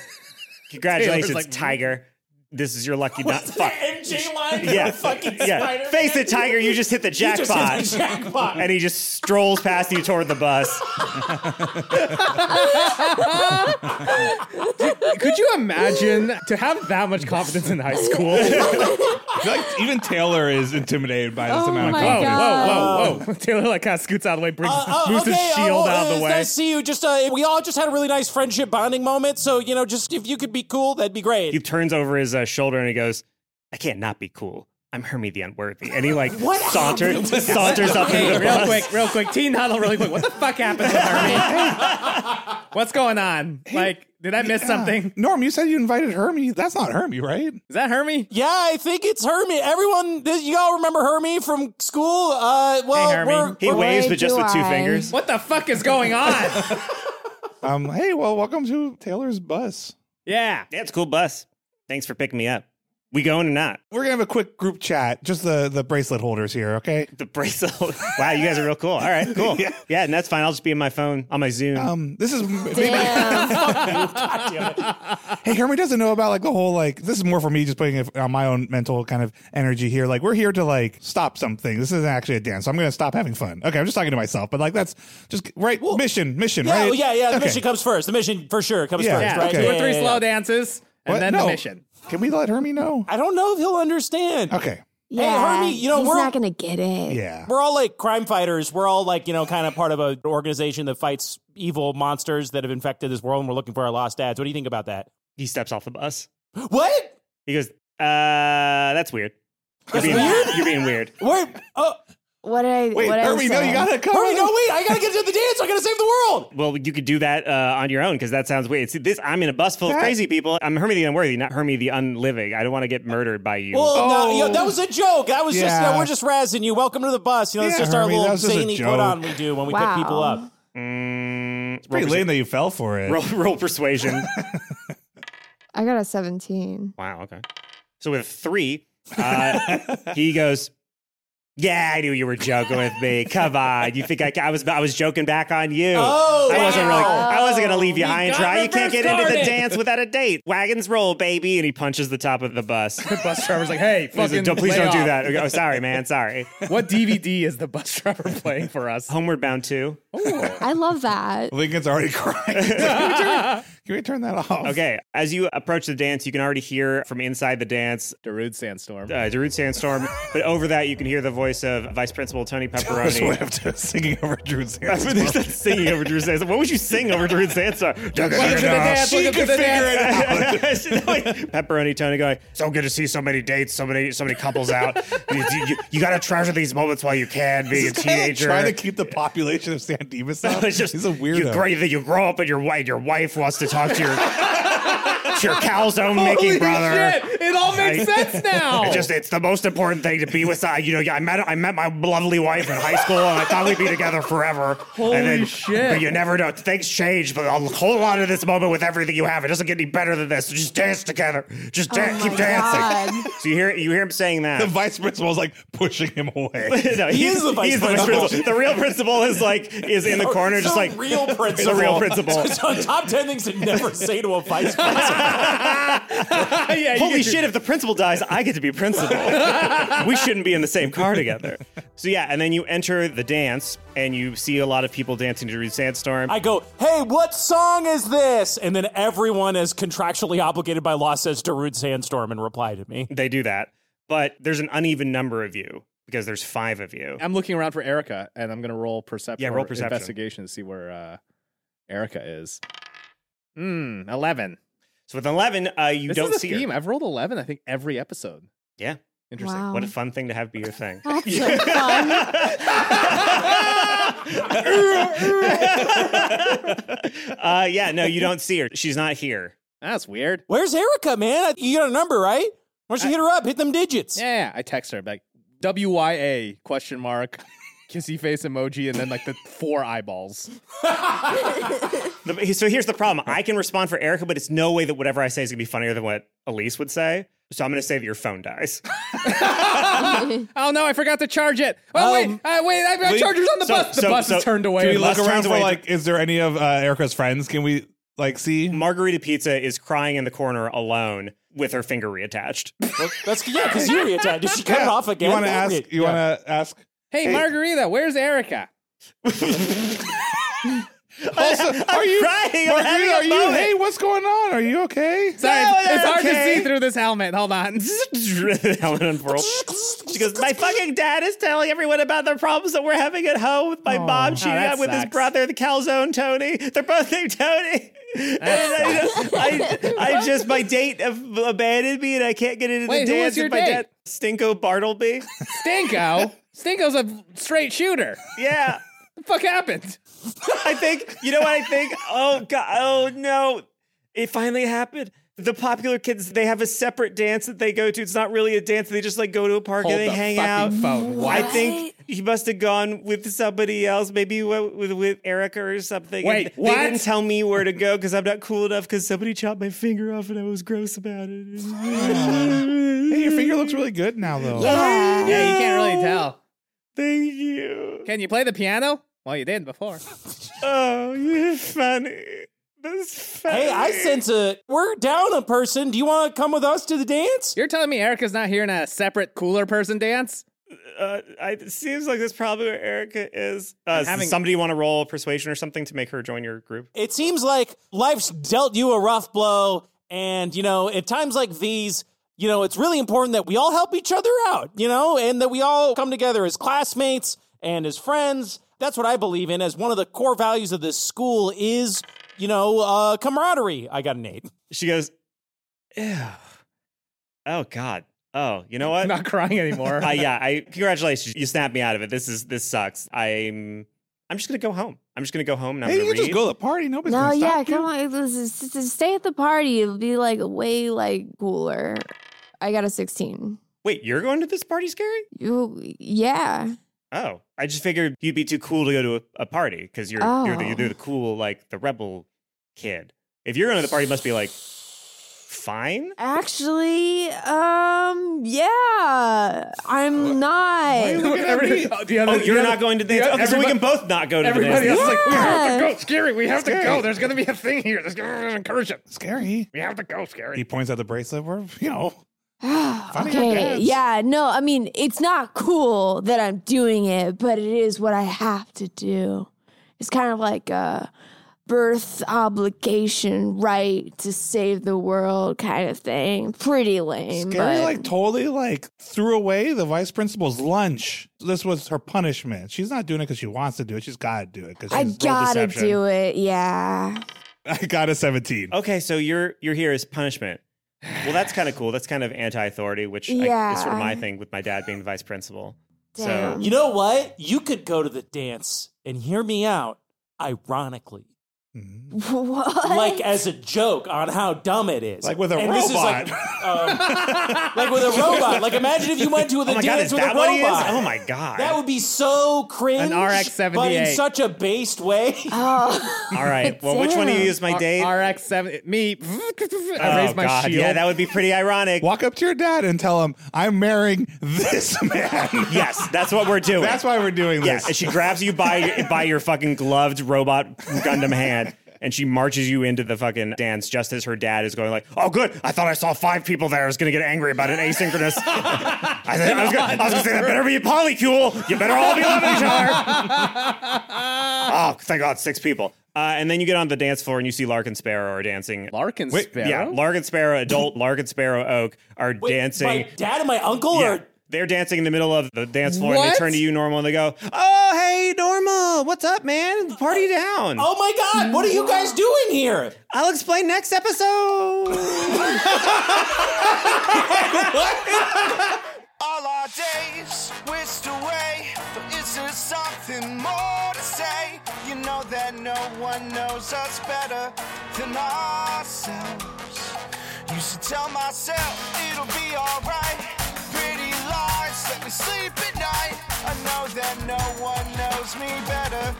Speaker 8: "Congratulations,
Speaker 1: Taylor's like,
Speaker 8: Tiger! This is your lucky night." Fuck.
Speaker 6: MJ line,
Speaker 8: Yeah, yeah. Face it, Tiger! You just hit the
Speaker 1: [LAUGHS]
Speaker 8: jackpot.
Speaker 6: jackpot.
Speaker 8: and he just strolls past you toward the bus.
Speaker 1: Could you imagine to have that much confidence in high school? whoa,
Speaker 4: Like, even Taylor is intimidated by this
Speaker 5: Oh
Speaker 4: amount of
Speaker 5: my
Speaker 4: confidence.
Speaker 5: God.
Speaker 1: whoa, whoa, [LAUGHS] whoa! Taylor like kind of scoots out of the way, brings
Speaker 6: Uh, uh,
Speaker 1: moves
Speaker 6: okay,
Speaker 1: his shield
Speaker 6: uh,
Speaker 1: out of
Speaker 6: uh,
Speaker 1: the way.
Speaker 6: Nice to see you. Just uh, we all just had a really nice friendship bonding moment. So you know, just if you could be cool, that'd be great.
Speaker 8: He turns over his uh, shoulder and he goes, "I can't not be cool. I'm Hermie the Unworthy." And he like saunters, saunters up into
Speaker 1: Hey,
Speaker 8: the
Speaker 1: real
Speaker 8: bus.
Speaker 1: quick, real quick, teen huddle, really quick. What the fuck happened to Hermie? [LAUGHS] What's going on? Like, did I miss something?
Speaker 4: Norm, you said you invited Hermie. That's not Hermie, right?
Speaker 1: Is that Hermie?
Speaker 6: yeah, I think it's Hermie. Everyone, this, you all remember Hermie from school? Uh, well,
Speaker 1: Hey, Hermie.
Speaker 6: we're-
Speaker 8: He waves,
Speaker 5: Why
Speaker 8: but just
Speaker 5: do
Speaker 8: with two
Speaker 5: I?
Speaker 8: fingers.
Speaker 1: What the fuck is going on?
Speaker 4: Um, hey, well, welcome to Taylor's bus.
Speaker 1: [LAUGHS] yeah.
Speaker 8: Yeah, it's a cool bus. Thanks for picking me up. We going or not?
Speaker 4: We're gonna have a quick group chat. Just the the bracelet holders here, okay?
Speaker 8: The bracelet. [LAUGHS] wow, you guys are real cool. All right, cool. yeah. and that's fine. I'll just be in my phone on my Zoom.
Speaker 4: Um, this is maybe,
Speaker 5: Damn.
Speaker 4: hey, Hermie doesn't know about like the whole like this is more for me just putting it on my own mental kind of energy here. Like we're here to like stop something. This isn't actually a dance. So I'm gonna stop having fun. Okay, I'm just talking to myself, but like that's just right mission, mission,
Speaker 6: yeah,
Speaker 4: right?
Speaker 6: well, yeah, yeah. The
Speaker 4: Okay.
Speaker 6: mission comes first. The mission for sure comes
Speaker 4: Yeah,
Speaker 6: first.
Speaker 1: Yeah.
Speaker 6: right?
Speaker 4: okay.
Speaker 1: Two or three
Speaker 6: yeah,
Speaker 1: slow
Speaker 6: yeah.
Speaker 1: dances and
Speaker 4: What?
Speaker 1: then
Speaker 4: No.
Speaker 1: the mission.
Speaker 4: Can we let Hermie know?
Speaker 6: I don't know if he'll understand.
Speaker 4: Okay.
Speaker 5: Yeah,
Speaker 6: Hermie, you know,
Speaker 5: he's
Speaker 6: we're-
Speaker 5: not gonna get it.
Speaker 4: Yeah.
Speaker 6: We're all like crime fighters. We're all like, you know, kind of part of an organization that fights evil monsters that have infected this world and we're looking for our lost dads. What do you think about that?
Speaker 8: he steps off the bus.
Speaker 6: What?
Speaker 8: He goes, uh, that's weird. You're
Speaker 6: That's
Speaker 8: being,
Speaker 6: weird?
Speaker 8: You're being weird.
Speaker 6: Wait, oh,
Speaker 5: What did I?
Speaker 4: Wait,
Speaker 5: what did I
Speaker 4: Hermie, no,
Speaker 5: say?
Speaker 4: you gotta come.
Speaker 6: Hurry, no, wait, I gotta get to the dance. I gotta save the world.
Speaker 8: Well, you could do that uh, on your own because that sounds weird. See, this I'm in a bus full of
Speaker 4: That-
Speaker 8: crazy people. I'm Hermie the Unworthy, not Hermie the Unliving. I don't want to get murdered by you.
Speaker 6: Well, no,
Speaker 4: Oh.
Speaker 6: you know, that was a joke. That was just,
Speaker 4: Yeah.
Speaker 6: no, we're just razzing you. Welcome to the bus. You know, it's
Speaker 4: Yeah,
Speaker 6: just
Speaker 4: Hermie,
Speaker 6: our
Speaker 4: that
Speaker 6: little
Speaker 4: was just a
Speaker 6: zany
Speaker 4: joke.
Speaker 6: put on we do when we
Speaker 5: Wow.
Speaker 6: pick people up.
Speaker 8: Mm, roll,
Speaker 4: Pretty lame that you fell for it. [LAUGHS]
Speaker 8: roll, roll persuasion.
Speaker 5: I got a 17.
Speaker 8: wow. Okay. So with three, uh, he goes. Yeah, I knew you were joking with me. Come on, you think I, ca- I was? I was joking back on you.
Speaker 6: Oh,
Speaker 8: I wasn't really.
Speaker 5: wow.
Speaker 8: I wasn't gonna leave you high and
Speaker 1: got
Speaker 8: dry. You can't get
Speaker 1: reverse
Speaker 8: into the
Speaker 1: carded.
Speaker 8: dance without a date. Wagons roll, baby, and he punches the top of the bus.
Speaker 1: The bus driver's like, hey,
Speaker 8: Please
Speaker 1: fucking
Speaker 8: don't, please
Speaker 1: lay
Speaker 8: don't do
Speaker 1: off.
Speaker 8: that. Oh, sorry, man. Sorry.
Speaker 1: What DVD is the bus [LAUGHS] driver playing for us?
Speaker 8: Homeward Bound 2.
Speaker 5: I love that.
Speaker 4: Lincoln's already crying. can, we turn, can we turn that off?
Speaker 8: Okay, as you approach the dance, you can already hear from inside the dance
Speaker 1: Darude Sandstorm.
Speaker 8: uh, Darude Sandstorm, but over that, you can hear the voice of Vice Principal Tony
Speaker 4: Taylor
Speaker 8: Pepperoni.
Speaker 4: Swift singing over
Speaker 8: [LAUGHS]
Speaker 4: Drew's
Speaker 8: That's what
Speaker 4: hands.
Speaker 8: they said, singing over Drew Sandstorm. What would you sing over Drew [LAUGHS] Sandstorm?
Speaker 1: Welcome to the dance.
Speaker 4: She
Speaker 1: Welcome to
Speaker 4: could
Speaker 1: the
Speaker 4: figure
Speaker 1: dance.
Speaker 4: it out.
Speaker 8: [LAUGHS] Pepperoni Tony going, so good to see so many dates, so many, so many couples out. you you, you got to treasure these moments while you can, being a
Speaker 4: This guy, like,
Speaker 8: teenager. [LAUGHS]
Speaker 4: Trying to keep the population of San Dimas up.
Speaker 8: It's just
Speaker 4: He's a
Speaker 8: You [LAUGHS]
Speaker 4: weirdo.
Speaker 8: grow, you grow up and your wife, your wife wants to talk to your It's your calzone making brother.
Speaker 1: Shit, it all makes sense now.
Speaker 8: It just it's the most important thing to be with. I, you know, yeah, I met I met my lovely wife in high school, and I thought we'd be together forever.
Speaker 1: Holy
Speaker 8: and then,
Speaker 1: shit.
Speaker 8: But you never know. Things change, but I'll hold on to this moment with everything you have. It doesn't get any better than this. Just dance together. Just dan-
Speaker 5: Oh my
Speaker 8: keep dancing.
Speaker 5: God.
Speaker 8: [LAUGHS] So you hear you hear him saying that.
Speaker 4: The vice principal's like pushing him
Speaker 8: [LAUGHS]
Speaker 4: away.
Speaker 8: No,
Speaker 6: He
Speaker 8: he's-
Speaker 6: is the vice
Speaker 8: he's
Speaker 6: principal.
Speaker 8: The real principal is like is in the corner,
Speaker 6: It's
Speaker 8: just
Speaker 6: a
Speaker 8: like
Speaker 4: [LAUGHS]
Speaker 6: real
Speaker 8: It's
Speaker 6: principal.
Speaker 8: a
Speaker 6: [LAUGHS]
Speaker 8: real principal.
Speaker 6: It's on top ten things to never say to a
Speaker 4: [LAUGHS]
Speaker 6: vice
Speaker 1: [LAUGHS]
Speaker 6: principal.
Speaker 1: yeah, you
Speaker 8: Holy
Speaker 1: get your-
Speaker 8: shit, if the principal dies, I get to
Speaker 1: [LAUGHS]
Speaker 8: be principal. we shouldn't be in the same car together. So, yeah, and then you enter the dance and you see a lot of people dancing to Reed Sandstorm.
Speaker 6: I go, hey, what song is this? And then everyone is contractually obligated by law says Darude Sandstorm and reply to me.
Speaker 8: they do that. But there's an uneven number of you because there's five of you.
Speaker 1: I'm looking around for Erica, and I'm gonna roll perception.
Speaker 8: Yeah, roll
Speaker 1: or
Speaker 8: perception.
Speaker 1: Investigation to see where uh, Erica is. Hmm, eleven.
Speaker 8: So, with 11, uh, you
Speaker 1: this
Speaker 8: don't
Speaker 1: is a
Speaker 8: see
Speaker 1: theme.
Speaker 8: her.
Speaker 1: I've rolled eleven. I think every episode.
Speaker 8: Yeah.
Speaker 1: Interesting.
Speaker 5: Wow.
Speaker 8: What a fun thing to have be your thing.
Speaker 5: That's so fun.
Speaker 8: [LAUGHS] uh, yeah, no, you don't see her. She's not here.
Speaker 1: That's weird.
Speaker 6: Where's Erica, man? You got a number, right? Why don't you hit her up? Hit them digits.
Speaker 1: Yeah, yeah, I text her like W Y A question mark. [LAUGHS] Kissy face emoji and then like the four eyeballs.
Speaker 8: The- so here's the problem. I can respond for Erica, but it's no way that whatever I say is gonna be funnier than what Elise would say. So I'm gonna say that your
Speaker 1: [LAUGHS]
Speaker 8: phone dies.
Speaker 1: Oh no, I forgot to charge it. Oh wait,
Speaker 6: Um,
Speaker 1: uh, wait, I've got
Speaker 4: Lee-
Speaker 1: chargers on the
Speaker 8: so-
Speaker 1: bus. The
Speaker 8: so-
Speaker 1: bus
Speaker 8: so-
Speaker 1: is turned away.
Speaker 4: Can we
Speaker 1: The
Speaker 4: look
Speaker 1: bus
Speaker 4: around
Speaker 1: turns
Speaker 4: for
Speaker 1: away.
Speaker 4: like, is there any of uh, Erica's friends? Can we like see?
Speaker 8: Margarita Pizza is crying in the corner alone with her finger reattached.
Speaker 6: That's yeah, because you reattached. Did she cut it off again?
Speaker 4: You want to ask? You
Speaker 6: Yeah.
Speaker 4: want to ask?
Speaker 1: hey, Margarita, where's Erica?
Speaker 4: Also, are you
Speaker 8: crying. [LAUGHS] I'm
Speaker 4: Margarita,
Speaker 8: having a
Speaker 4: are you?
Speaker 8: moment.
Speaker 4: Hey, what's going on? Are you okay?
Speaker 1: Sorry,
Speaker 8: Yeah,
Speaker 1: it's hard
Speaker 8: okay.
Speaker 1: to [LAUGHS] see through this helmet. Hold on. [LAUGHS]
Speaker 8: Helen unfurls. She goes, My fucking dad is telling everyone about the problems that we're having at home with my mom cheating
Speaker 1: Oh, that
Speaker 8: on with his
Speaker 1: sucks.
Speaker 8: brother, the calzone Tony. They're both named Tony. And I, just, I, I just, my date ab- abandoned me and I can't get into
Speaker 1: Wait,
Speaker 8: the
Speaker 1: who was
Speaker 8: dance.
Speaker 1: your
Speaker 8: and my
Speaker 1: date?
Speaker 8: dad, Stinko Bartleby.
Speaker 1: Stinko. Stinko's a straight shooter.
Speaker 8: yeah.
Speaker 1: The fuck happened?
Speaker 8: I think you know what I think. Oh god! Oh no! It finally happened. The popular kids they have a separate dance that they go to. It's not really a dance. They just like go to a park and they
Speaker 1: the
Speaker 8: hang
Speaker 1: fucking
Speaker 8: out.
Speaker 1: phone.
Speaker 8: I think he must have gone with somebody else, maybe with with, with Erica or something.
Speaker 1: Wait,
Speaker 8: And
Speaker 1: what?
Speaker 8: They didn't tell me where to go because I'm not cool enough. Because somebody chopped my finger off and I was gross about
Speaker 6: [SIGHS]
Speaker 8: it. [LAUGHS]
Speaker 4: Hey, your finger looks really good now, though.
Speaker 1: Yeah, you can't really tell.
Speaker 8: Thank you.
Speaker 1: Can you play the piano? Well, you did before.
Speaker 8: Oh, you're funny. That's funny.
Speaker 6: Hey, I sense a we're down a person. Do you want to come with us to the dance?
Speaker 1: You're telling me Erica's not here in a separate cooler person dance?
Speaker 8: uh, I, it seems like that's probably where Erica is. Uh,
Speaker 1: having-
Speaker 8: somebody want to roll persuasion or something to make her join your group?
Speaker 6: It seems like life's dealt you a rough blow, and you know, at times like these, you know, it's really important that we all help each other out, you know, and that we all come together as classmates and as friends. That's what I believe in as one of the core values of this school is, you know, uh, camaraderie. I got an eight.
Speaker 8: She goes, Ew. Oh, God. Oh, you know what?
Speaker 1: I'm not crying anymore.
Speaker 8: [LAUGHS] uh, yeah, I congratulations. You snapped me out of it. This is this sucks. I'm I'm just gonna go home. I'm just gonna go home and I'm
Speaker 4: Hey, you
Speaker 8: gonna
Speaker 4: can
Speaker 8: read.
Speaker 4: just go to the party. Nobody's
Speaker 5: No,
Speaker 4: gonna stop
Speaker 5: yeah,
Speaker 4: you.
Speaker 5: come on. This is- this is- Stay at the party. It'll be like way like cooler. I got a 16.
Speaker 8: Wait, you're going to this party, Scary?
Speaker 5: You, yeah.
Speaker 8: Oh, I just figured you'd be too cool to go to a, a party because you're you're, the,
Speaker 5: Oh.
Speaker 8: you're the cool like the rebel kid. If you're going to the party, it must be like fine.
Speaker 5: Actually, um, yeah. I'm not.
Speaker 1: Look at every- oh, the other-
Speaker 8: Oh, you're
Speaker 1: the
Speaker 8: not
Speaker 1: other-
Speaker 8: going to dance.
Speaker 1: Yeah,
Speaker 8: Okay, so we can
Speaker 1: everybody-
Speaker 8: both not go to the dance.
Speaker 1: Everybody else is like, we have to
Speaker 5: Yeah. [SIGHS]
Speaker 1: go, Scary. We have to go. There's going to be a thing here. There's going to encourage it.
Speaker 4: Scary.
Speaker 1: We have to go, Scary.
Speaker 4: He points at the bracelet. We're, you know, Funny
Speaker 5: okay.
Speaker 4: dance.
Speaker 5: Yeah. No, I mean, it's not cool that I'm doing it, but it is what I have to do. It's kind of like a birth obligation, right to save the world kind of thing. Pretty lame.
Speaker 4: Scary
Speaker 5: but-
Speaker 4: like totally like threw away the vice principal's lunch. This was her punishment. She's not doing it because she wants to do it. She's got to do it because
Speaker 5: I gotta do it. Yeah.
Speaker 4: [LAUGHS] I got a
Speaker 1: Oh,
Speaker 4: seventeen.
Speaker 8: Okay, so you're you're here as punishment. Well, that's kind of cool. That's kind of anti-authority, which I, is sort of
Speaker 5: Yeah.
Speaker 8: my thing with my dad being the vice principal.
Speaker 5: Damn. [LAUGHS]
Speaker 8: So
Speaker 6: You know what? You could go to the dance and hear me out, ironically.
Speaker 5: What?
Speaker 6: like as a joke on how dumb it is.
Speaker 4: Like with a
Speaker 6: And this is like, um, like with a robot. Like imagine if you went to the
Speaker 8: Oh my god,
Speaker 6: dance
Speaker 8: is
Speaker 6: with a
Speaker 8: that what he is?
Speaker 6: robot.
Speaker 8: Oh my god.
Speaker 6: That would be so cringe.
Speaker 1: An RX-78.
Speaker 6: but in such a based way.
Speaker 5: Oh.
Speaker 8: All right. Well, which one do you use, my
Speaker 1: R-
Speaker 8: Dave?
Speaker 1: RX seven. Me. [LAUGHS] I
Speaker 8: oh
Speaker 1: raised my
Speaker 8: god,
Speaker 1: shield.
Speaker 8: yeah, that would be pretty ironic.
Speaker 4: Walk up to your dad and tell him, I'm marrying this [LAUGHS] man.
Speaker 8: [LAUGHS] yes, that's what we're doing.
Speaker 4: That's why we're doing
Speaker 8: Yeah,
Speaker 4: this.
Speaker 8: and she grabs you by by your fucking gloved robot Gundam hand, and she marches you into the fucking dance just as her dad is going like, "Oh, good! I thought I saw five people there. I was gonna get angry about an asynchronous. I, said- I was gonna, I was gonna say that better be a polycule. You better all be loving each other. oh, thank God, six people. Uh, and then you get on the dance floor and you see Lark and Sparrow are dancing.
Speaker 1: Larkin Sparrow.
Speaker 8: Yeah, Lark and Sparrow, adult Lark and Sparrow Oak are
Speaker 6: Wait,
Speaker 8: dancing.
Speaker 6: My dad and my uncle
Speaker 8: Yeah.
Speaker 6: are.
Speaker 8: They're dancing in the middle of the dance floor and
Speaker 1: What?
Speaker 8: they turn to you, Normal, and they go, Oh, hey, Normal, what's up, man? Party down.
Speaker 6: Oh my god! What are you guys doing here?
Speaker 8: I'll explain next episode.
Speaker 7: All our days whisked away, but is there something more to say? You know that no one knows us better than ourselves. Used to tell myself it'll be alright. Pretty lies let me sleep at night. I know that no one knows me better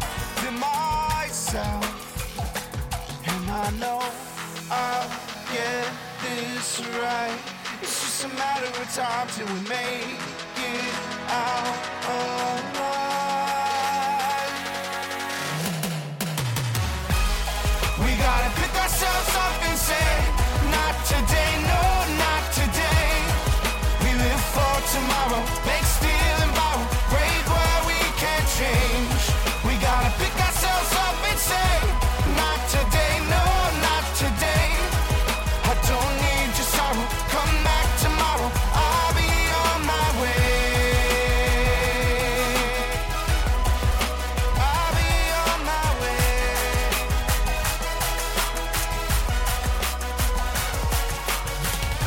Speaker 7: than myself. And I know I'll get this right. It's just a matter of time till we make it out alive. We gotta pick ourselves up and say, not today, no, not today. We live for tomorrow, make, steal, and borrow, break where we can't change. We gotta pick ourselves up and say, not today, no, not today. I don't need your sorrow, come back tomorrow, I'll be on my way. I'll be on my way.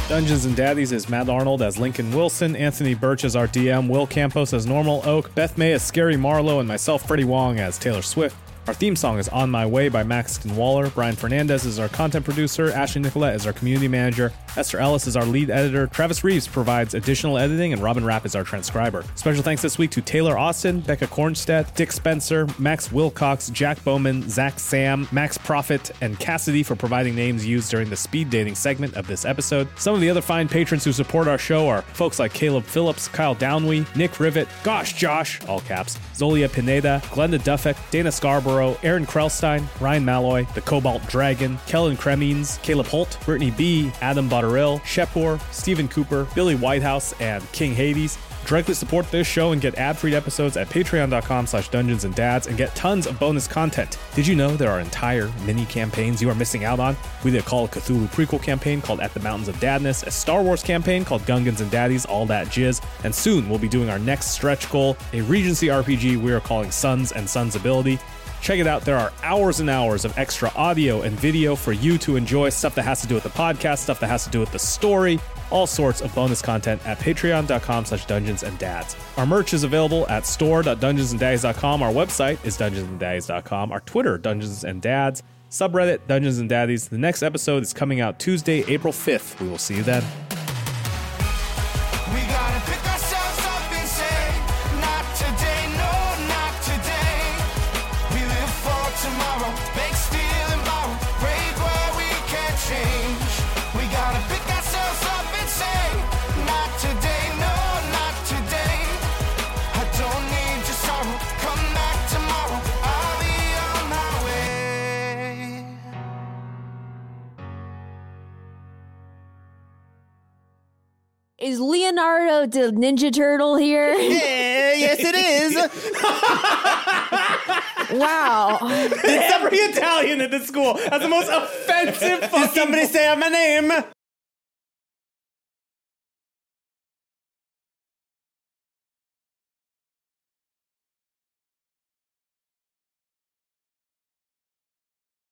Speaker 1: Dungeons and Daddies is Matt Arnold as Lincoln Wilson, Anthony Birch as our DM, Will Campos as Normal Oak, Beth May as Scary Marlowe, and myself, Freddie Wong, as Taylor Swift. Our theme song is On My Way by Maxton Waller. Brian Fernandez is our content producer. Ashley Nicolette is our community manager. Esther Ellis is our lead editor. Travis Reeves provides additional editing, and Robin Rapp is our transcriber. Special thanks this week to Taylor Austin, Becca Kornstedt, Dick Spencer, Max Wilcox, Jack Bowman, Zach Sam, Max Profit, and Cassidy for providing names used during the speed dating segment of this episode. Some of the other fine patrons who support our show are folks like Caleb Phillips, Kyle Downwee, Nick Rivet, Gosh Josh, all caps, Zolia Pineda, Glenda Duffek, Dana Scarborough, Aaron Krellstein, Ryan Malloy, The Cobalt Dragon, Kellen Kremines, Caleb Holt, Brittany B., Adam Botterill, Shepor, Stephen Cooper, Billy Whitehouse, and King Hades. Directly support this show and get ad-free episodes at patreon.com slash dungeons and dads and get tons of bonus content. Did you know there are entire mini campaigns you are missing out on? We did a Call of Cthulhu prequel campaign called At the Mountains of Dadness, a Star Wars campaign called Gungans and Daddies, All That Jizz, and soon we'll be doing our next stretch goal, a Regency RPG we are calling Sons and Sons Ability. Check it out. There are hours and hours of extra audio and video for you to enjoy stuff that has to do with the podcast, stuff that has to do with the story, all sorts of bonus content at patreon.com slash dungeons and dads. Our merch is available at store.dungeonsanddaddies.com. Our website is dungeonsanddaddies.com. Our Twitter, Dungeons and Dads. Subreddit, Dungeons and Daddies. The next episode is coming out Tuesday, April 5th. We will see you then.
Speaker 7: We gotta pick ourselves up and say, not today, no, not today. We live for tomorrow, make, steal, and borrow, brave where we can't change. We gotta pick ourselves up and say, not today, no, not today. I don't need your sorrow, come back tomorrow, I'll be on my way.
Speaker 5: Is Leonardo the Ninja Turtle here?
Speaker 8: yes, it is.
Speaker 5: [LAUGHS] wow.
Speaker 8: It's every Italian at this school. That's the most offensive fucking. Did somebody say my name?